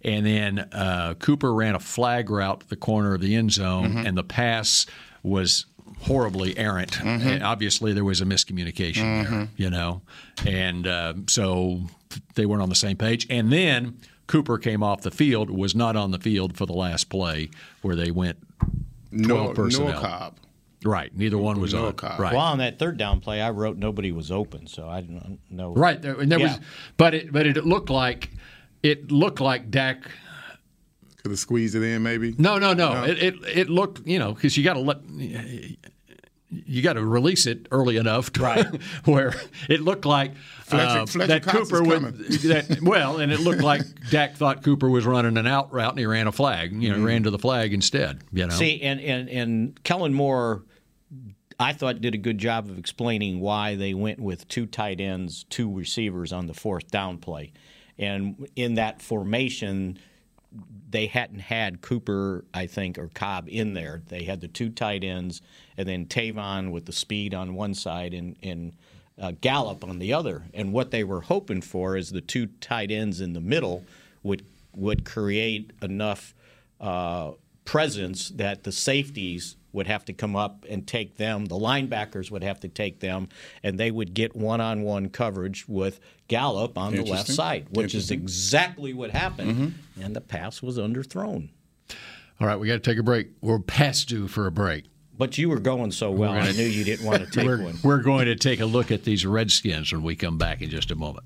Speaker 5: And then uh, Cooper ran a flag route to the corner of the end zone, and the pass was horribly errant. And obviously, there was a miscommunication there, you know? And uh, so they weren't on the same page. And then. Cooper came off the field, was not on the field for the last play where they went
Speaker 6: Noah,
Speaker 5: personnel.
Speaker 6: Noah Cobb.
Speaker 5: Right. Neither one was
Speaker 6: No
Speaker 5: on.
Speaker 6: call.
Speaker 5: Right.
Speaker 7: Well, on that third down play, I wrote nobody was open, so I don't know.
Speaker 5: right. There, and there was,
Speaker 7: Yeah.
Speaker 5: but it but it looked like it looked like Dak.
Speaker 6: Could have squeezed it in, maybe.
Speaker 5: No, no, no. It, it it looked you know because you got to let you got to release it early enough to right. where it looked like
Speaker 6: Fletcher-
Speaker 5: uh,
Speaker 6: Fletcher
Speaker 5: that
Speaker 6: Cox is
Speaker 5: Cooper would
Speaker 6: coming.
Speaker 5: that well, and it looked like Dak thought Cooper was running an out route and he ran a flag. You know,
Speaker 6: Mm-hmm.
Speaker 5: ran to the flag instead. You know.
Speaker 7: See, and, and, and Kellen Moore, I thought, did a good job of explaining why they went with two tight ends, two receivers on the fourth down play. And in that formation, they hadn't had Cooper, I think, or Cobb in there. They had the two tight ends, and then Tavon with the speed on one side and, and uh, Gallup on the other. And what they were hoping for is the two tight ends in the middle would would create enough uh, presence that the safeties would have to come up and take them. The linebackers would have to take them, and they would get one-on-one coverage with Gallup on the left side, which is exactly what happened.
Speaker 5: Mm-hmm.
Speaker 7: And the pass was underthrown.
Speaker 5: All right, we got to take a break. We're past due for a break.
Speaker 7: But you were going so well, I knew you didn't want to take
Speaker 5: We're,
Speaker 7: one.
Speaker 5: we're going to take a look at these Redskins when we come back in just a moment.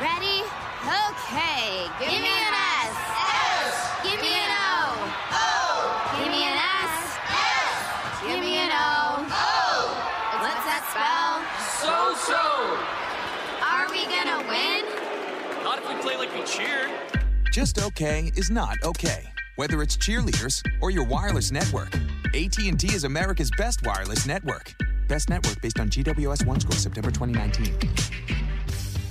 Speaker 8: Ready? Okay. Give, me an S. S. Give me an O. O. Give me an S. S. Give me an O. O. What's that spell?
Speaker 9: So so.
Speaker 8: Are we gonna win?
Speaker 9: Not if we play like we cheer.
Speaker 10: Just okay is not okay. Whether it's cheerleaders or your wireless network, AT&T is America's best wireless network. Best network based on GWS1 score September 2019.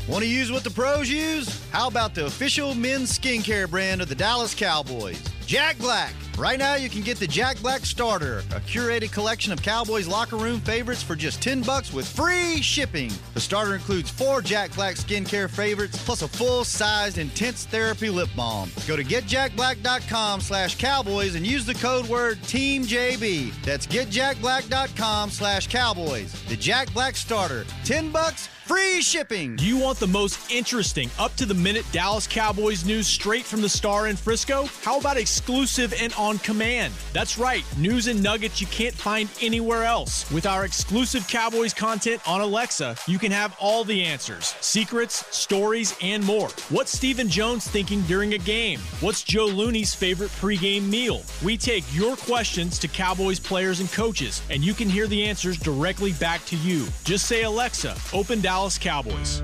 Speaker 11: Want to use what the pros use? How about the official men's skincare brand of the Dallas Cowboys, Jack Black? Right now, you can get the Jack Black Starter, a curated collection of Cowboys locker room favorites for just 10 bucks with free shipping. The starter includes four Jack Black skincare favorites plus a full-sized intense therapy lip balm. Go to getjackblack.com slash cowboys and use the code word TEAMJB. That's getjackblack.com slash cowboys. The Jack Black Starter, 10 bucks, free shipping.
Speaker 9: Do you want the most interesting, up to the minute Dallas Cowboys news straight from the star in Frisco? How about exclusive and on command? That's right, news and nuggets you can't find anywhere else. With our exclusive Cowboys content on Alexa, you can have all the answers secrets, stories, and more. What's Stephen Jones thinking during a game? What's Joe Looney's favorite pregame meal? We take your questions to Cowboys players and coaches, and you can hear the answers directly back to you. Just say, Alexa, open Dallas Cowboys.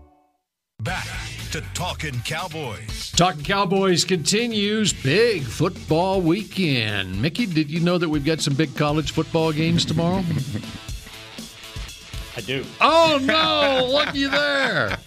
Speaker 1: Back to Talking Cowboys.
Speaker 5: Talking Cowboys continues. Big football weekend. Mickey, did you know that we've got some big college football games tomorrow?
Speaker 7: I do.
Speaker 5: Oh no! Looky there.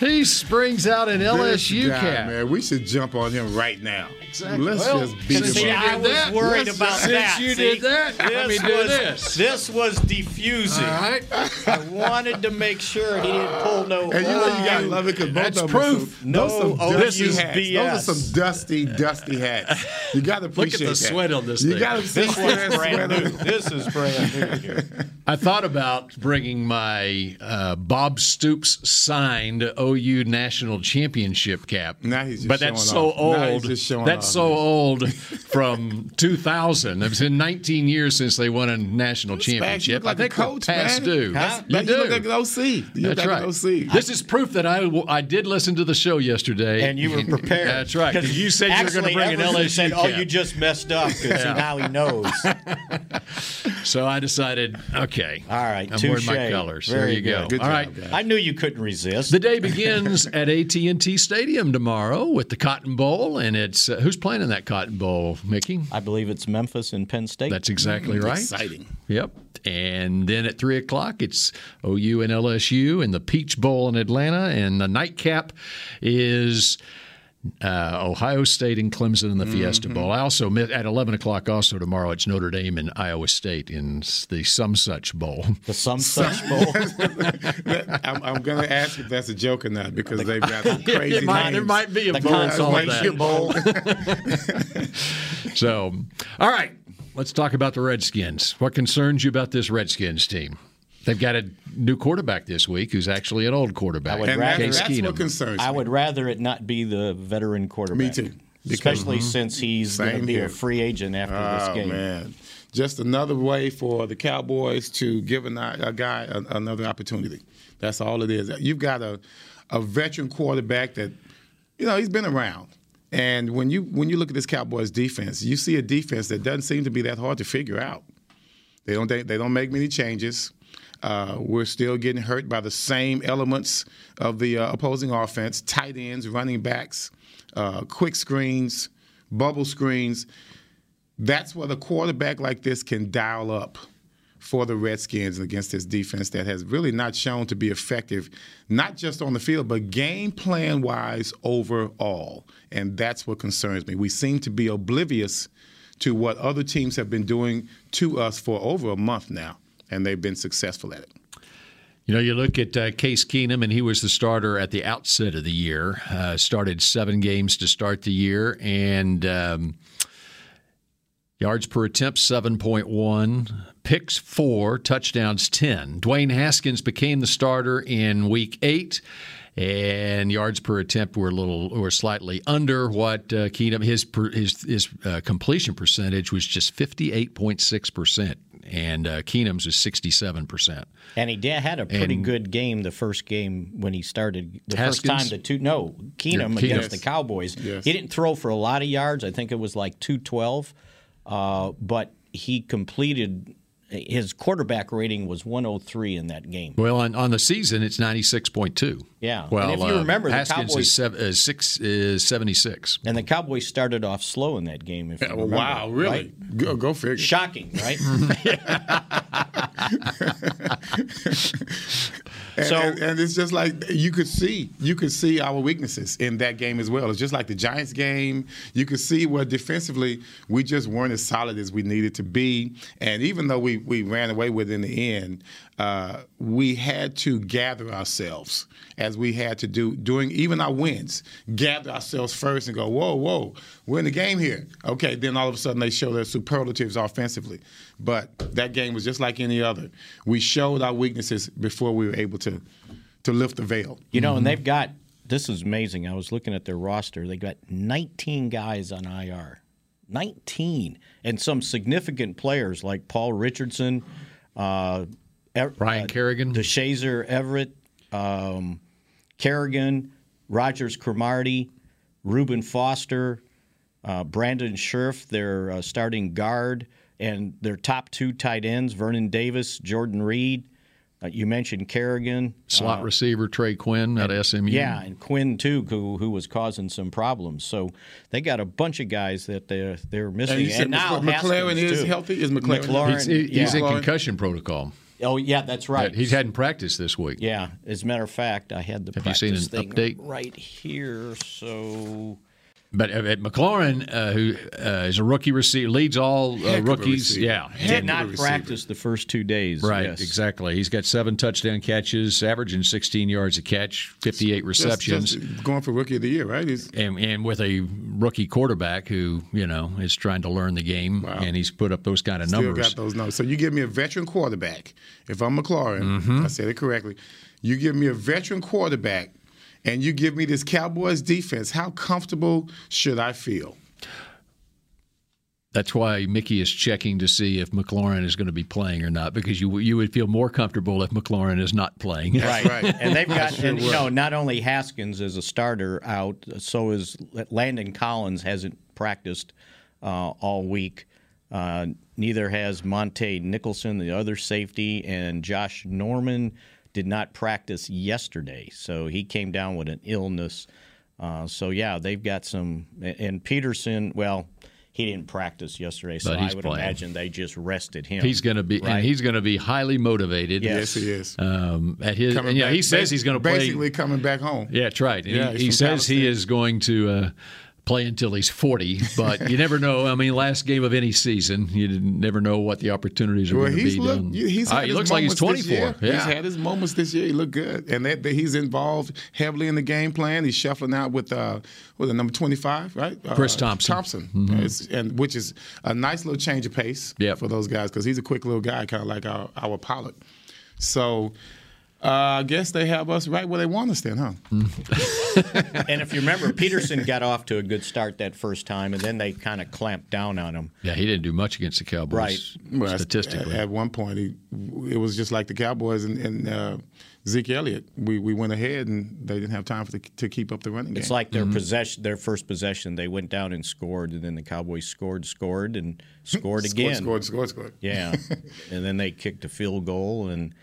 Speaker 5: He springs out an LSU
Speaker 6: guy,
Speaker 5: cap.
Speaker 6: Man, we should jump on him right now.
Speaker 5: Exactly.
Speaker 6: Let's
Speaker 5: Well,
Speaker 6: just beat him
Speaker 5: since you
Speaker 6: up.
Speaker 5: did that, let's- since you did that, let me do
Speaker 7: was,
Speaker 5: this.
Speaker 7: This was diffusing.
Speaker 5: All right.
Speaker 7: I wanted to make sure he didn't pull no.
Speaker 6: And you know you gotta love it because both of them are some-
Speaker 7: No,
Speaker 6: those some
Speaker 7: OU
Speaker 6: dusty hats.
Speaker 7: BS.
Speaker 6: Those are some dusty, dusty hats. You gotta
Speaker 5: Look at the
Speaker 6: appreciate that.
Speaker 5: sweat on this
Speaker 6: You
Speaker 5: thing.
Speaker 6: gotta see
Speaker 7: This
Speaker 6: where
Speaker 7: was
Speaker 6: that
Speaker 7: brand
Speaker 6: sweat
Speaker 7: new.
Speaker 6: on-
Speaker 7: This is brand new here.
Speaker 5: I thought about bringing my uh, Bob Stoops signed OU national championship cap.
Speaker 6: Now he's just
Speaker 5: but that's so
Speaker 6: showing off. Now he's
Speaker 5: old.
Speaker 6: just showing
Speaker 5: that's
Speaker 6: off,
Speaker 5: so
Speaker 6: man.
Speaker 5: old from 2000. It's been 19 years since they won a national
Speaker 6: Back, you
Speaker 5: championship.
Speaker 6: look like
Speaker 5: I think
Speaker 6: a
Speaker 5: we're
Speaker 6: coach,
Speaker 5: past
Speaker 6: man.
Speaker 5: due.
Speaker 6: That's,
Speaker 5: You
Speaker 6: you look
Speaker 5: do.
Speaker 6: like an OC. You
Speaker 5: That's
Speaker 6: look
Speaker 5: right.
Speaker 6: like an OC.
Speaker 5: This is proof that I, I did listen to the show yesterday,
Speaker 7: And you were prepared.
Speaker 5: That's right. 'cause you said you were going to
Speaker 7: Actually,
Speaker 5: bring an
Speaker 7: Everson
Speaker 5: LSU
Speaker 7: said, "Oh,
Speaker 5: cap.
Speaker 7: you just messed up." 'cause now he knows.
Speaker 5: so I decided, okay,
Speaker 7: All right,
Speaker 5: I'm wearing my
Speaker 7: touche.
Speaker 5: colors. there
Speaker 7: Very
Speaker 5: you go.
Speaker 7: good.
Speaker 5: All right,
Speaker 7: I knew you couldn't resist.
Speaker 5: The day begins at AT&T Stadium tomorrow with the Cotton Bowl, and it's uh, who's playing in that Cotton Bowl, Mickey?
Speaker 7: I believe it's Memphis and Penn State.
Speaker 5: That's exactly right.
Speaker 6: Exciting.
Speaker 5: Yep. And then at three o'clock, it's OU and LSU and the Peach Bowl in Atlanta, and the nightcap is. Uh, Ohio State and Clemson in the Fiesta Bowl. I also met at eleven o'clock. Also tomorrow, it's Notre Dame and Iowa State in the some such bowl.
Speaker 7: the some such bowl.
Speaker 6: I'm, I'm gonna ask if that's a joke or not because they've got some crazy
Speaker 5: It might- there
Speaker 6: names.
Speaker 5: might be a
Speaker 7: The
Speaker 5: bowl
Speaker 6: That's
Speaker 5: called
Speaker 6: like
Speaker 5: that.
Speaker 6: your bowl.
Speaker 5: So, all right, let's talk about the Redskins. What concerns you about this Redskins team? They've got a new quarterback this week who's actually an old quarterback.
Speaker 7: I would
Speaker 6: And
Speaker 7: Rather-
Speaker 6: that's, that's
Speaker 5: Keenum.
Speaker 6: what concerns
Speaker 7: I
Speaker 6: me.
Speaker 7: would rather it not be the veteran quarterback.
Speaker 6: Me too.
Speaker 7: Especially since he's going to
Speaker 6: Same
Speaker 7: be a
Speaker 6: here.
Speaker 7: free agent after
Speaker 6: Oh
Speaker 7: this game.
Speaker 6: man, just another way for the Cowboys to give an, a guy a, another opportunity. That's all it is. You've got a a veteran quarterback that, you know, he's been around. And when you when you look at this Cowboys defense, you see a defense that doesn't seem to be that hard to figure out. They don't they, they don't make many changes. Uh, we're still getting hurt by the same elements of the uh, opposing offense: tight ends, running backs, uh, quick screens, bubble screens. That's what a quarterback like this can dial up for the Redskins against this defense that has really not shown to be effective, not just on the field, but game plan wise overall. And that's what concerns me. We seem to be oblivious to what other teams have been doing to us for over a month now, and they've been successful at it.
Speaker 5: You know, you look at uh, Case Keenum, and he was the starter at the outset of the year. Uh, started seven games to start the year, and um, yards per attempt seven point one, picks four, touchdowns ten. Dwayne Haskins became the starter in Week Eight, and yards per attempt were a little, were slightly under what uh, Keenum his per, his his uh, completion percentage was just fifty eight point six percent, and uh, Keenum's was sixty seven percent.
Speaker 7: And he did, had a pretty good game the first game when he started. The first
Speaker 5: Haskins?
Speaker 7: time the two no Keenum
Speaker 5: Keenum.
Speaker 7: against the
Speaker 6: Yes.
Speaker 7: Cowboys.
Speaker 6: Yes.
Speaker 7: He didn't throw for a lot of yards. I think it was like two twelve, uh, but he completed. His quarterback rating was 103 in that game.
Speaker 5: Well, on, on the season, it's ninety six point two.
Speaker 7: Yeah.
Speaker 5: Well,
Speaker 7: And if you
Speaker 5: uh,
Speaker 7: remember, the
Speaker 5: Haskins
Speaker 7: Cowboys- Uh,
Speaker 5: is, sev- is six uh, is seventy six.
Speaker 7: And the Cowboys started off slow in that game. If you remember, right?
Speaker 6: Go, go figure.
Speaker 7: Shocking, right?
Speaker 6: And,
Speaker 7: So-
Speaker 6: and, and it's just like you could see, you could see our weaknesses in that game as well. It's just like the Giants game. You could see where defensively we just weren't as solid as we needed to be. And even though we we ran away with it in the end, uh, we had to gather ourselves as we had to do doing even our wins. Gather ourselves first and go, whoa, whoa, we're in the game here. Okay, then all of a sudden they show their superlatives offensively. But that game was just like any other. We showed our weaknesses before we were able to to lift the veil.
Speaker 7: You know, and they've got this is amazing. I was looking at their roster. They got 19 guys on IR, 19, and some significant players like Paul Richardson, uh, Ev-
Speaker 5: Brian Kerrigan,
Speaker 7: DeShazer Everett, um, Kerrigan, Rogers Cromartie, Reuben Foster, uh, Brandon Scherf, their uh, starting guard, and their top two tight ends, Vernon Davis, Jordan Reed. Uh, you mentioned Kerrigan.
Speaker 5: Slot receiver Trey Quinn at SMU.
Speaker 7: uh, Yeah, and Quinn too, who, who was causing some problems. So they got a bunch of guys that they're they're missing.
Speaker 6: you said
Speaker 7: now
Speaker 6: McLaurin
Speaker 7: Haskins,
Speaker 6: is
Speaker 7: too.
Speaker 6: healthy? Is McLaurin-
Speaker 5: he's, he- he's in
Speaker 7: yeah.
Speaker 5: concussion protocol.
Speaker 7: Oh yeah, that's right.
Speaker 5: He hadn't practiced this week.
Speaker 7: Yeah, as a matter of fact, I had the
Speaker 5: Have you
Speaker 7: practice
Speaker 5: seen an
Speaker 7: thing
Speaker 5: update?
Speaker 7: right here. So
Speaker 5: But uh, uh, McLaurin, uh, who uh, is a rookie receiver, leads all
Speaker 7: Heck
Speaker 5: uh,
Speaker 7: of a
Speaker 5: rookies.
Speaker 7: receiver.
Speaker 5: Yeah,
Speaker 7: Heck Did not of a receiver. practice the first two days.
Speaker 5: Right,
Speaker 7: yes.
Speaker 5: exactly. He's got seven touchdown catches, averaging 16 yards a catch, 58 receptions,
Speaker 6: Just, going for rookie of the year, right? He's,
Speaker 5: and, and with a rookie quarterback who you know is trying to learn the game, and he's put up those kind of
Speaker 6: Still
Speaker 5: numbers.
Speaker 6: got those numbers. So you give me a veteran quarterback. If I'm McLaurin, I said it correctly. You give me a veteran quarterback, and you give me this Cowboys defense. How comfortable should I feel?
Speaker 5: That's why Mickey is checking to see if McLaurin is going to be playing or not, because you you would feel more comfortable if McLaurin is not playing.
Speaker 7: Right. And they've got, and, you know, not only Haskins is a starter out, so is Landon Collins hasn't practiced uh, all week. Uh, neither has Monte Nicholson, the other safety, and Josh Norman did not practice yesterday. So he came down with an illness. Uh, so, yeah, they've got some. And Peterson, well, he didn't practice yesterday. So
Speaker 5: But
Speaker 7: I
Speaker 5: he's
Speaker 7: would
Speaker 5: playing.
Speaker 7: imagine they just rested him.
Speaker 5: He's going to be,
Speaker 7: right?
Speaker 5: and he's going to be highly motivated.
Speaker 7: Yes. Yes, he
Speaker 6: is.
Speaker 5: Um, at his,
Speaker 6: Coming
Speaker 5: and, yeah,
Speaker 6: back-
Speaker 5: he says he's going to play.
Speaker 6: Basically coming back home.
Speaker 5: Yeah, that's right. And
Speaker 6: Yeah,
Speaker 5: he
Speaker 6: he's
Speaker 5: he
Speaker 6: from
Speaker 5: says he is going to uh, play until he's 40, but you never know. I mean, last game of any season, you didn't- never know what the opportunities are
Speaker 6: Well,
Speaker 5: going to
Speaker 6: he's
Speaker 5: be.
Speaker 6: look,
Speaker 5: down-
Speaker 6: he's
Speaker 5: Uh,
Speaker 6: had
Speaker 5: he
Speaker 6: his
Speaker 5: looks like he's
Speaker 6: moments
Speaker 5: 24.
Speaker 6: this year.
Speaker 5: Yeah.
Speaker 6: He's had his moments this year. He looked good, and that, that he's involved heavily in the game plan. He's shuffling out with uh, with a number twenty five, right? Uh,
Speaker 5: Chris Thompson.
Speaker 6: Thompson,
Speaker 5: Mhm.
Speaker 6: It's- and which is a nice little change of pace
Speaker 5: Yep.
Speaker 6: for those guys because he's a quick little guy, kind of like our our Pollard. So. Uh, I guess they have us right where they want us then, huh?
Speaker 7: and if you remember, Peterson got off to a good start that first time, and then they kind of clamped down on him.
Speaker 5: yeah, he didn't do much against the Cowboys
Speaker 6: Well, that's-
Speaker 5: statistically.
Speaker 6: At, at one point, he, it was just like the Cowboys and, and uh, Zeke Elliott. We, we went ahead and they didn't have time for the, to keep up the running game.
Speaker 7: It's like their possession, their first possession. They went down and scored, and then the Cowboys scored, scored, and scored again.
Speaker 6: Scored, scored, scored.
Speaker 7: Yeah, and then they kicked a field goal, and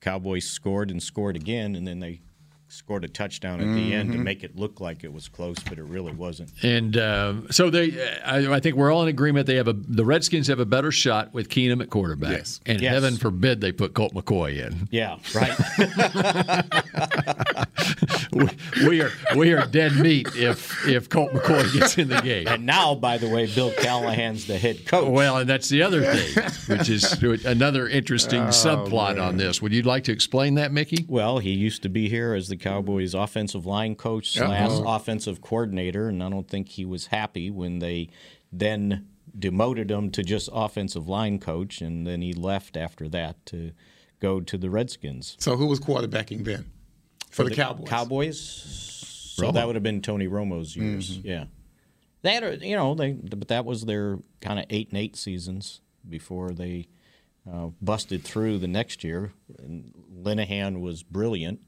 Speaker 7: Cowboys scored and scored again, and then they scored a touchdown at the end to
Speaker 5: Mhm.
Speaker 7: make it look like it was close, but it really wasn't.
Speaker 5: And uh, so they, I, I think we're all in agreement. They have a the Redskins have a better shot with Keenum at quarterback.
Speaker 6: Yes.
Speaker 5: And
Speaker 7: Yes.
Speaker 5: heaven forbid they put Colt McCoy in.
Speaker 7: Yeah, right.
Speaker 5: we, we are we are dead meat if if Colt McCoy gets in the game.
Speaker 7: and now, by the way, Bill Callahan's the head coach.
Speaker 5: Well, and that's the other thing, which is another interesting
Speaker 7: Oh,
Speaker 5: subplot on this. Would you like to explain that, Mickey?
Speaker 7: Well, he used to be here as the Cowboys' offensive line coach slash
Speaker 5: Uh-oh.
Speaker 7: offensive coordinator, and I don't think he was happy when they then demoted him to just offensive line coach, and then he left after that to go to the Redskins.
Speaker 6: So who was quarterbacking then for, the, Cowboys?
Speaker 7: Cowboys. So
Speaker 6: Romo. Mm-hmm.
Speaker 7: that would have been Tony Romo's years. Yeah. That or- you know they, but that was their kind of eight and eight seasons before they uh, busted through the next year. And Linehan was brilliant,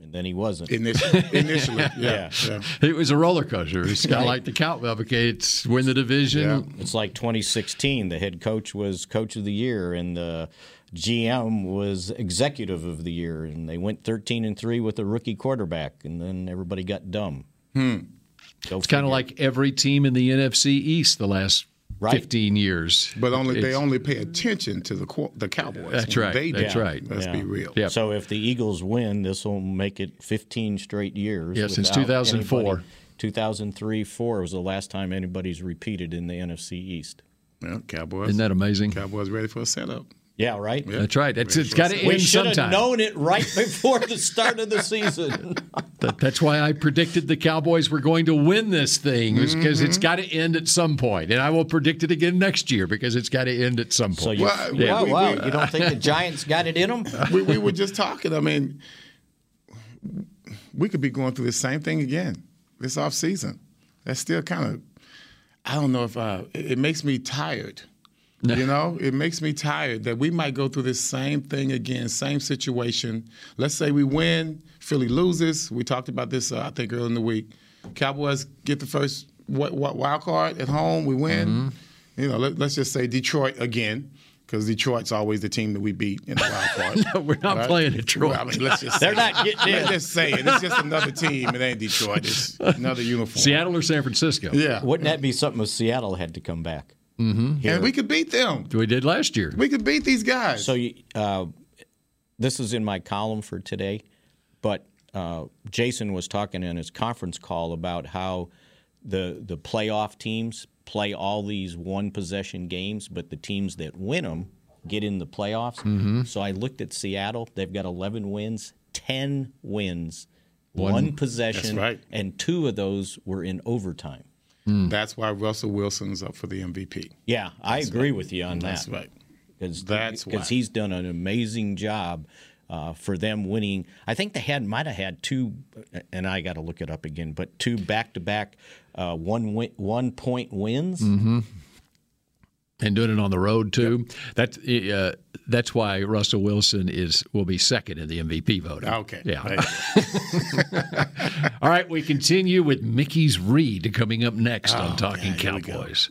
Speaker 7: and then he wasn't
Speaker 6: Initially, initially, yeah, yeah.
Speaker 5: It was a roller coaster. It's kind of like the count. Okay, it's win the division.
Speaker 7: It's like 2016. The head coach was coach of the year, and the GM was executive of the year, and they went 13 and three with a rookie quarterback, and then everybody got dumb.
Speaker 5: Hmm.
Speaker 7: Go
Speaker 5: It's kind of like every team in the NFC East the last
Speaker 7: Right.
Speaker 5: 15 years.
Speaker 6: But only they
Speaker 5: It's-
Speaker 6: only pay attention to the qu- the Cowboys.
Speaker 5: That's
Speaker 6: when
Speaker 5: right,
Speaker 6: They
Speaker 5: that's
Speaker 6: do.
Speaker 5: right.
Speaker 6: Let's
Speaker 7: Yeah.
Speaker 6: be real.
Speaker 7: So if the Eagles win, this will make it 15 straight years.
Speaker 5: Yeah, since
Speaker 7: without
Speaker 5: 2004.
Speaker 7: anybody- 2003 4 was the last time anybody's repeated in the NFC East.
Speaker 6: Yeah, Cowboys.
Speaker 5: Isn't that amazing?
Speaker 6: Cowboys ready for a setup?
Speaker 7: Yeah, right?
Speaker 5: That's right. It's, it's got to
Speaker 7: We
Speaker 5: end
Speaker 7: should have
Speaker 5: sometime.
Speaker 7: known it right before the start of the season.
Speaker 5: That- that's why I predicted the Cowboys were going to win this thing, because
Speaker 6: Mm-hmm.
Speaker 5: it's got to end at some point. And I will predict it again next year because it's got to end at some point.
Speaker 7: So you,
Speaker 6: Well,
Speaker 7: wow,
Speaker 6: we-
Speaker 7: wow.
Speaker 6: we-
Speaker 7: you don't think the Giants got it in them?
Speaker 6: we, we were just talking. I mean, we could be going through the same thing again this off season. That's still kind of, I don't know if uh, it, it makes me tired. You know, it makes me tired that we might go through this same thing again, same situation. Let's say we win, Philly loses. We talked about this, uh, I think, earlier in the week. Cowboys get the first what, what wild card at home. We win.
Speaker 5: Mm-hmm.
Speaker 6: You know, let, let's just say Detroit again, because Detroit's always the team that we beat in the wild card.
Speaker 5: no, we're not
Speaker 6: Right?
Speaker 5: playing Detroit.
Speaker 6: Well, I mean, let's just
Speaker 5: They're
Speaker 6: say
Speaker 5: not
Speaker 6: it.
Speaker 5: getting in.
Speaker 6: Let's just say it. It's just another team. It ain't Detroit. It's another uniform.
Speaker 5: Seattle or San Francisco?
Speaker 6: Yeah.
Speaker 7: Wouldn't that be something if Seattle had to come back?
Speaker 5: Mm-hmm.
Speaker 7: Here.
Speaker 6: And we could beat them.
Speaker 5: We did last year.
Speaker 6: We could beat these guys.
Speaker 7: So you, uh, this is in my column for today, but uh, Jason was talking in his conference call about how the the playoff teams play all these one possession games, but the teams that win them get in the playoffs.
Speaker 6: Mm-hmm.
Speaker 5: Mhm.
Speaker 7: So I looked at Seattle; they've got 11 wins, 10 wins,
Speaker 6: One-
Speaker 7: one,
Speaker 6: That's
Speaker 7: possession,
Speaker 6: right.
Speaker 7: and two of those were in overtime.
Speaker 6: That's why Russell Wilson's up for the MVP.
Speaker 7: Yeah, I
Speaker 6: That's
Speaker 7: agree
Speaker 6: right.
Speaker 7: with you on
Speaker 6: That's
Speaker 7: that.
Speaker 6: right.
Speaker 7: Because
Speaker 6: That's why.
Speaker 7: he's done an amazing job uh, for them winning. I think they had might have had two, and I got to look it up again, but two back to back one win, one point wins.
Speaker 6: Mm-hmm.
Speaker 5: hmm And doing it on the road too. That's uh, that's why Russell Wilson is will be second in the MVP voting.
Speaker 6: Okay.
Speaker 5: Yeah. All right. We continue with Mickey's read coming up next
Speaker 7: Oh,
Speaker 5: on Talking Cowboys.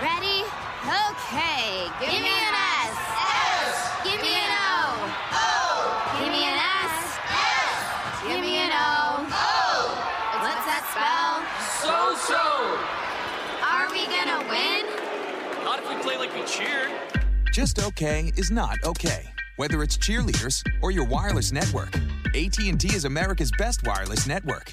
Speaker 8: Ready? Okay. Give, me an S. S. Give me an O. O. Give me an S. S. Give me an O. O. What's that spell?
Speaker 12: So so.
Speaker 8: Are we gonna win?
Speaker 12: Not if we play like we cheered.
Speaker 10: Just okay is not okay. Whether it's cheerleaders or your wireless network, AT&T is America's best wireless network.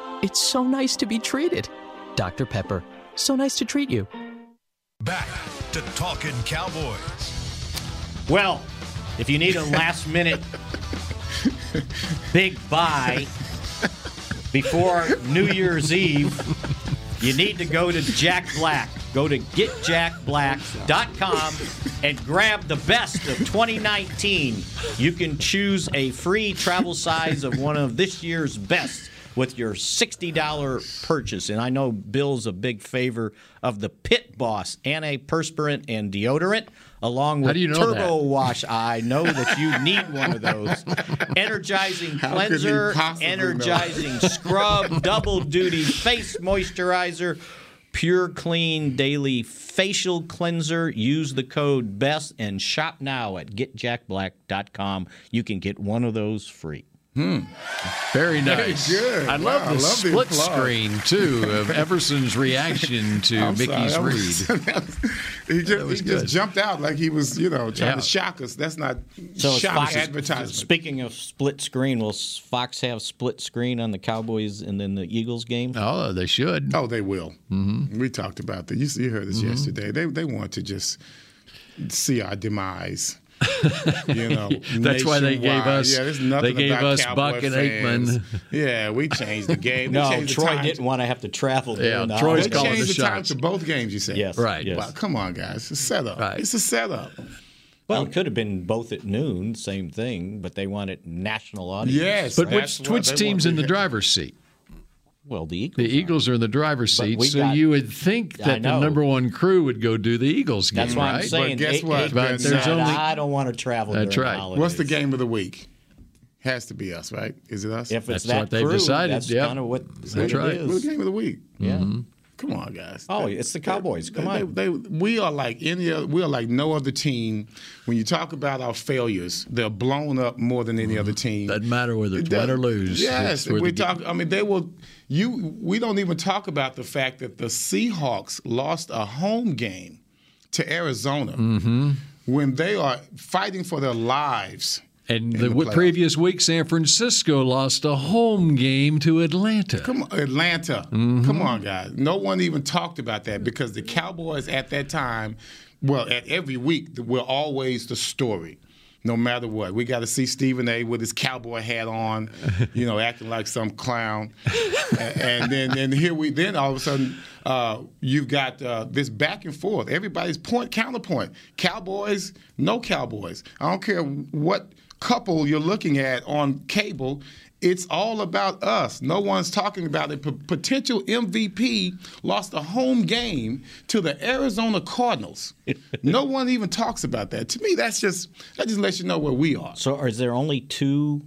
Speaker 13: it's so nice to be treated. Dr. Pepper, so nice to treat you.
Speaker 1: Back to Talking Cowboys.
Speaker 7: Well, if you need a last minute big buy before New Year's Eve, you need to go to Jack Black. Go to getjackblack.com and grab the best of 2019. You can choose a free travel size of one of this year's best with your $60 purchase. And I know Bill's a big favor of the Pit Boss antiperspirant and deodorant, along with
Speaker 5: How do you know
Speaker 7: Turbo
Speaker 5: that?
Speaker 7: Wash. I know that you need one of those. Energizing
Speaker 5: How could he
Speaker 7: cleanser,
Speaker 5: possibly know?
Speaker 7: energizing scrub, double duty face moisturizer, pure clean daily facial cleanser. Use the code BEST and shop now at getjackblack.com. You can get one of those free.
Speaker 5: Very
Speaker 7: Very
Speaker 5: nice.
Speaker 7: good.
Speaker 5: I
Speaker 7: Wow,
Speaker 5: love
Speaker 7: I
Speaker 5: the
Speaker 7: love the
Speaker 5: split
Speaker 7: applause.
Speaker 5: screen too of Everson's reaction to
Speaker 6: I'm sorry,
Speaker 5: Mickey's
Speaker 6: that
Speaker 5: read.
Speaker 6: was- He just, he just jumped out like he was, you know, trying
Speaker 7: Yeah.
Speaker 6: to shock us. That's not
Speaker 7: So it's
Speaker 6: shock
Speaker 7: Fox,
Speaker 6: advertisement.
Speaker 7: Speaking of split screen, will Fox have split screen on the Cowboys and then the Eagles game?
Speaker 5: Oh, they should.
Speaker 6: Oh, they will. Mm-hmm. We
Speaker 5: Mm-hmm.
Speaker 6: talked about that. You, you heard this
Speaker 7: Mhm.
Speaker 6: yesterday. They they want to just see our demise. You know,
Speaker 5: That's why they gave
Speaker 6: nationwide.
Speaker 5: us-
Speaker 6: Yeah, there's nothing
Speaker 5: they gave
Speaker 6: about
Speaker 5: us
Speaker 6: Cowboy
Speaker 5: Buck and
Speaker 6: fans.
Speaker 5: Aikman.
Speaker 6: Yeah, we changed the game. We
Speaker 7: No,
Speaker 6: changed the
Speaker 7: Troy
Speaker 6: time.
Speaker 7: didn't want to have to travel.
Speaker 6: Yeah,
Speaker 7: during the
Speaker 6: Troy's
Speaker 7: holidays.
Speaker 6: calling the shots. to both games. You said
Speaker 7: yes,
Speaker 6: Right.
Speaker 7: Yes.
Speaker 6: Wow, come on, guys, it's a setup. It's a setup.
Speaker 7: Well, it could have been both at noon, same thing, but they wanted national audience.
Speaker 6: Yes,
Speaker 5: But which which team's in the driver's seat?
Speaker 7: Well, the Eagles.
Speaker 5: The Eagles are in the driver's
Speaker 7: But
Speaker 5: seat,
Speaker 7: we
Speaker 5: so
Speaker 7: got-
Speaker 5: you would think
Speaker 7: I
Speaker 5: that the
Speaker 7: know.
Speaker 5: number one crew would go do the Eagles game,
Speaker 7: That's why
Speaker 5: right?
Speaker 7: I'm saying. eight- eight
Speaker 5: But
Speaker 7: percent.
Speaker 5: there's only
Speaker 7: I don't want to travel.
Speaker 5: That's
Speaker 7: during
Speaker 5: right.
Speaker 7: the
Speaker 6: What's the
Speaker 7: holidays.
Speaker 6: game of the week? Has to be us, right? Is it us?
Speaker 7: If it's That's that what they've crew, decided, that's yep. kinda what- That's what it right. is.
Speaker 6: We're the game of the week.
Speaker 7: Yeah.
Speaker 5: Mm-hmm.
Speaker 6: Come on, guys.
Speaker 7: Oh, it's the Cowboys. Come
Speaker 6: They-
Speaker 7: on.
Speaker 6: they- we are like any. Other, we are like no other team. When you talk about our failures, they're blown up more than any other team.
Speaker 5: Mm-hmm. Doesn't matter whether it's
Speaker 6: It does-
Speaker 5: win or lose.
Speaker 6: Yes,
Speaker 5: That's where
Speaker 6: we
Speaker 5: the-
Speaker 6: talk. I mean, they will. You. We don't even talk about the fact that the Seahawks lost a home game to Arizona
Speaker 5: Mhm.
Speaker 6: when they are fighting for their lives.
Speaker 5: And
Speaker 6: in
Speaker 5: the, w
Speaker 6: playoffs.
Speaker 5: previous week, San Francisco lost a home game to Atlanta.
Speaker 6: Come on, Atlanta.
Speaker 5: Mhm.
Speaker 6: Come on, guys. No one even talked about that because the Cowboys at that time, well, at every week, we're always the story. No matter what, we got to see Stephen A. with his cowboy hat on, you know, acting like some clown, and, and then and here we then all of a sudden uh, you've got uh, this back and forth. Everybody's point counterpoint. Cowboys, no Cowboys. I don't care what couple you're looking at on cable, it's all about us. No one's talking about it. P- potential MVP lost a home game to the Arizona Cardinals. no one even talks about that. To me, that's just that just lets you know where we are.
Speaker 7: So, is there only two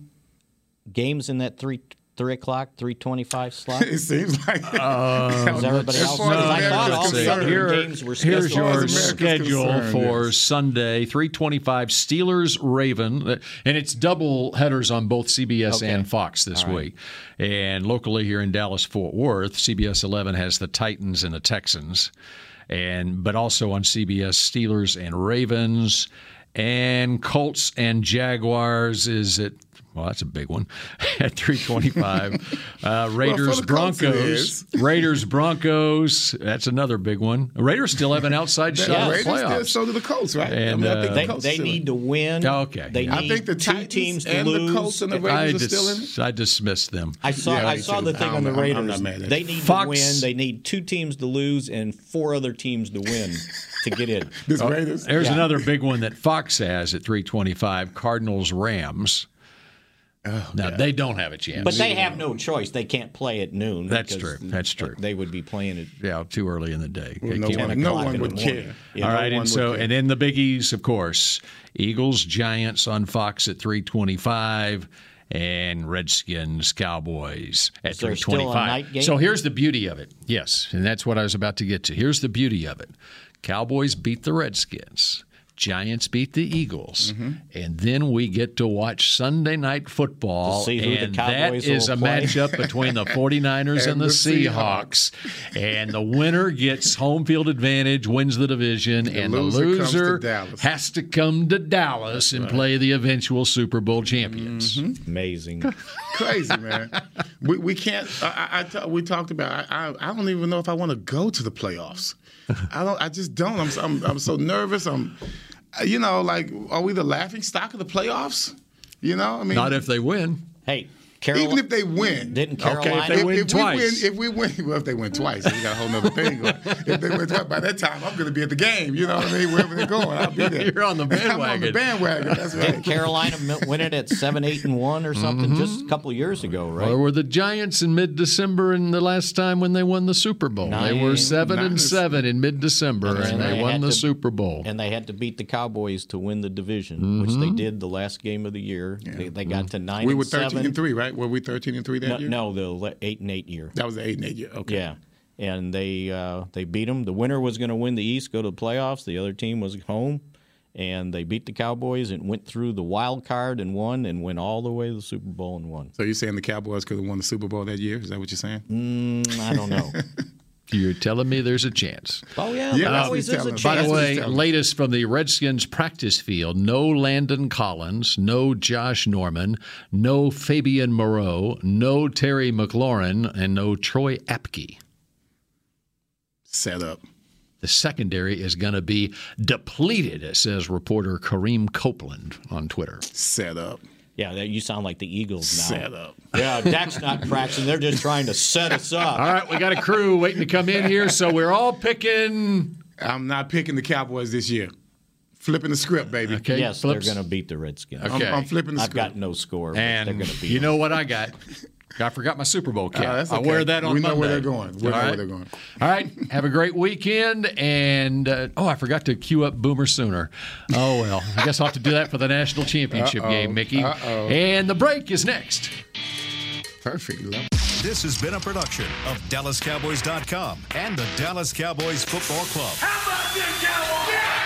Speaker 7: games in that three three o'clock, three twenty-five slot?
Speaker 6: It seems like that.
Speaker 7: Uh,
Speaker 5: Um,
Speaker 7: Is everybody
Speaker 5: let's
Speaker 7: else-
Speaker 5: not-
Speaker 7: 'cause I thought
Speaker 5: let's
Speaker 7: all the
Speaker 5: see.
Speaker 7: other games were scheduled.
Speaker 5: Here's your
Speaker 7: America's
Speaker 5: schedule
Speaker 7: concerned,
Speaker 5: for Sunday, 325 Steelers Raven. And it's double headers on both CBS
Speaker 7: Okay.
Speaker 5: and Fox this
Speaker 7: All right.
Speaker 5: week. And locally here in Dallas Fort Worth, CBS 11 has the Titans and the Texans. And but also on CBS Steelers and Ravens and Colts and Jaguars is at well, that's a big one at 325. Uh, Raiders
Speaker 6: Well, for the Colts it
Speaker 5: Broncos.
Speaker 6: is.
Speaker 5: Raiders Broncos. That's another big one. Raiders still have an outside
Speaker 6: The
Speaker 5: shot in the
Speaker 6: Raiders did,
Speaker 5: playoffs.
Speaker 6: so do the Colts, right?
Speaker 5: And,
Speaker 6: I
Speaker 5: uh,
Speaker 6: think the
Speaker 5: They-
Speaker 6: Colts
Speaker 7: they
Speaker 6: still-
Speaker 7: need to win.
Speaker 5: Okay.
Speaker 7: They
Speaker 6: I
Speaker 7: need
Speaker 6: think the
Speaker 7: two
Speaker 6: Titans
Speaker 7: teams to
Speaker 6: and the
Speaker 7: lose.
Speaker 6: Colts and the
Speaker 5: I,
Speaker 6: Raiders are still in it.
Speaker 5: dis- I dismissed them.
Speaker 7: I saw
Speaker 6: Yeah,
Speaker 7: I
Speaker 6: me
Speaker 7: saw
Speaker 6: too.
Speaker 7: the thing
Speaker 6: I'm-
Speaker 7: on the
Speaker 6: I'm- I'm
Speaker 7: Raiders.
Speaker 6: not mad at
Speaker 7: they
Speaker 6: you.
Speaker 7: need
Speaker 6: Fox-
Speaker 7: to win. They need two teams to lose and four other teams to win to get in.
Speaker 6: This Raiders.
Speaker 5: There's
Speaker 7: Yeah.
Speaker 5: another big one that Fox has at 325 Cardinals Rams.
Speaker 6: Oh,
Speaker 5: now, they don't have a chance.
Speaker 7: But they have no choice. They can't play at noon.
Speaker 5: That's
Speaker 7: because
Speaker 5: true. That's true.
Speaker 7: They would be playing it.
Speaker 5: Yeah, too early in the day.
Speaker 7: Well,
Speaker 5: They
Speaker 7: no
Speaker 5: can't-
Speaker 7: one-
Speaker 5: 10
Speaker 7: no
Speaker 5: o'clock
Speaker 7: one
Speaker 5: in the
Speaker 7: would
Speaker 5: morning.
Speaker 7: care.
Speaker 5: All
Speaker 7: Yeah, no
Speaker 5: right,
Speaker 7: one
Speaker 5: and
Speaker 7: would
Speaker 5: so
Speaker 7: care.
Speaker 5: and then the biggies, of course, Eagles, Giants on Fox at three twenty-five, and Redskins, Cowboys at
Speaker 7: Is there
Speaker 5: three
Speaker 7: still a
Speaker 5: twenty-five.
Speaker 7: night game?
Speaker 5: So here's the beauty of it. Yes, and that's what I was about to get to. Here's the beauty of it: Cowboys beat the Redskins. Giants beat the Eagles,
Speaker 7: Mm-hmm.
Speaker 5: and then we get to watch Sunday night football,
Speaker 7: To see who the
Speaker 5: and that
Speaker 7: Cowboys
Speaker 5: is
Speaker 7: will
Speaker 5: a
Speaker 7: play.
Speaker 5: matchup between the 49ers and,
Speaker 7: And
Speaker 5: the,
Speaker 7: the
Speaker 5: Seahawks. and the winner gets home field advantage, wins the division, and the
Speaker 6: loser comes to
Speaker 5: loser
Speaker 6: Dallas.
Speaker 5: has to come to Dallas and play the eventual Super Bowl champions.
Speaker 7: Mm-hmm. Amazing.
Speaker 6: crazy man. we we can't. I, I- I t- we talked about. I, I I don't even know if I want to go to the playoffs. I don't. I just don't. I'm so- I'm I'm so nervous. I'm, uh, you know, like are we the laughing stock of the playoffs? You know, I mean,
Speaker 5: Not if they win.
Speaker 7: Hey, Carol-
Speaker 6: even if they win,
Speaker 7: Didn't
Speaker 6: if,
Speaker 7: Carolina-
Speaker 6: if
Speaker 7: win twice.
Speaker 6: we win, if we win, well, if they win twice, we got a whole nother thing going. If they win twice, by that time I'm going to be at the game. You know what I mean? Wherever they're going, I'll be there.
Speaker 5: You're on the
Speaker 6: I'm on
Speaker 5: bandwagon.
Speaker 6: the bandwagon. That's right.
Speaker 7: Didn't Carolina mi- win it at seven, eight, and one or something
Speaker 5: Mm-hmm.
Speaker 7: just a couple years ago, right?
Speaker 5: Or were the Giants in mid-December and the last time when they won the Super Bowl? they were
Speaker 7: Nine-
Speaker 5: seven
Speaker 7: nine
Speaker 5: and
Speaker 7: is-
Speaker 5: seven in mid-December, and, they, won
Speaker 7: had
Speaker 5: the
Speaker 7: to-
Speaker 5: Super Bowl. Mm-hmm.
Speaker 7: And they had to beat the Cowboys to win the division, which they
Speaker 6: Mhm.
Speaker 7: did the last game of the year. They, they got to nine.
Speaker 6: we
Speaker 7: and
Speaker 6: were 13
Speaker 7: seven.
Speaker 6: and three, right? Were we 13 and three that
Speaker 7: no,
Speaker 6: year?
Speaker 7: no, the le- eight and eight year.
Speaker 6: That was the eight and eight year. Okay.
Speaker 7: Yeah, and they uh, they beat them. The winner was going to win the East, go to the playoffs. The other team was home, and they beat the Cowboys and went through the wild card and won, and went all the way to the Super Bowl and won.
Speaker 6: So you're saying the Cowboys could have won the Super Bowl that year? Is that what you're saying?
Speaker 7: Mm, I don't know.
Speaker 5: You're telling me there's a chance.
Speaker 7: Oh
Speaker 6: Yeah,
Speaker 7: yeah, there
Speaker 6: that's
Speaker 7: always
Speaker 6: what
Speaker 7: is
Speaker 6: he's telling
Speaker 7: a
Speaker 6: us.
Speaker 7: chance.
Speaker 5: By the
Speaker 6: That's what
Speaker 5: way,
Speaker 6: he's telling me.
Speaker 5: latest from the Redskins practice field no Landon Collins, no Josh Norman, no Fabian Moreau, no Terry McLaurin, and no Troy Apke.
Speaker 6: Set up.
Speaker 5: the secondary is going to be depleted, it says reporter Kareem Copeland on Twitter.
Speaker 6: Set up.
Speaker 7: Yeah, that, you sound like the Eagles now.
Speaker 5: Set up.
Speaker 7: Yeah, Dak's not practicing. They're just trying to set us up.
Speaker 5: All right, we got a crew waiting to come in here, so we're all picking.
Speaker 6: I'm not picking the Cowboys this year. Flipping the script, baby.
Speaker 5: Okay,
Speaker 7: yes,
Speaker 5: flips.
Speaker 7: they're going to beat the Redskins.
Speaker 6: I'm- Okay. I'm flipping the
Speaker 7: I've
Speaker 6: script.
Speaker 7: got no score. but they're
Speaker 5: And
Speaker 7: going to beat
Speaker 5: you know what I got? I forgot my Super Bowl cap.
Speaker 6: Uh, that's
Speaker 5: I
Speaker 6: okay.
Speaker 5: wear that on
Speaker 6: We know
Speaker 5: Monday.
Speaker 6: where they're going. We
Speaker 5: All
Speaker 6: know
Speaker 5: right.
Speaker 6: where they're going.
Speaker 5: All right. Have a great weekend. And uh, oh, I forgot to queue up Boomer Sooner. Oh well, I guess I'll have to do that for the national championship
Speaker 6: Uh-oh.
Speaker 5: game, Mickey.
Speaker 6: Uh-oh.
Speaker 5: And the break is next.
Speaker 6: Perfect.
Speaker 1: This has been a production of DallasCowboys.com and the Dallas Cowboys Football Club.
Speaker 8: How about this, Cowboys?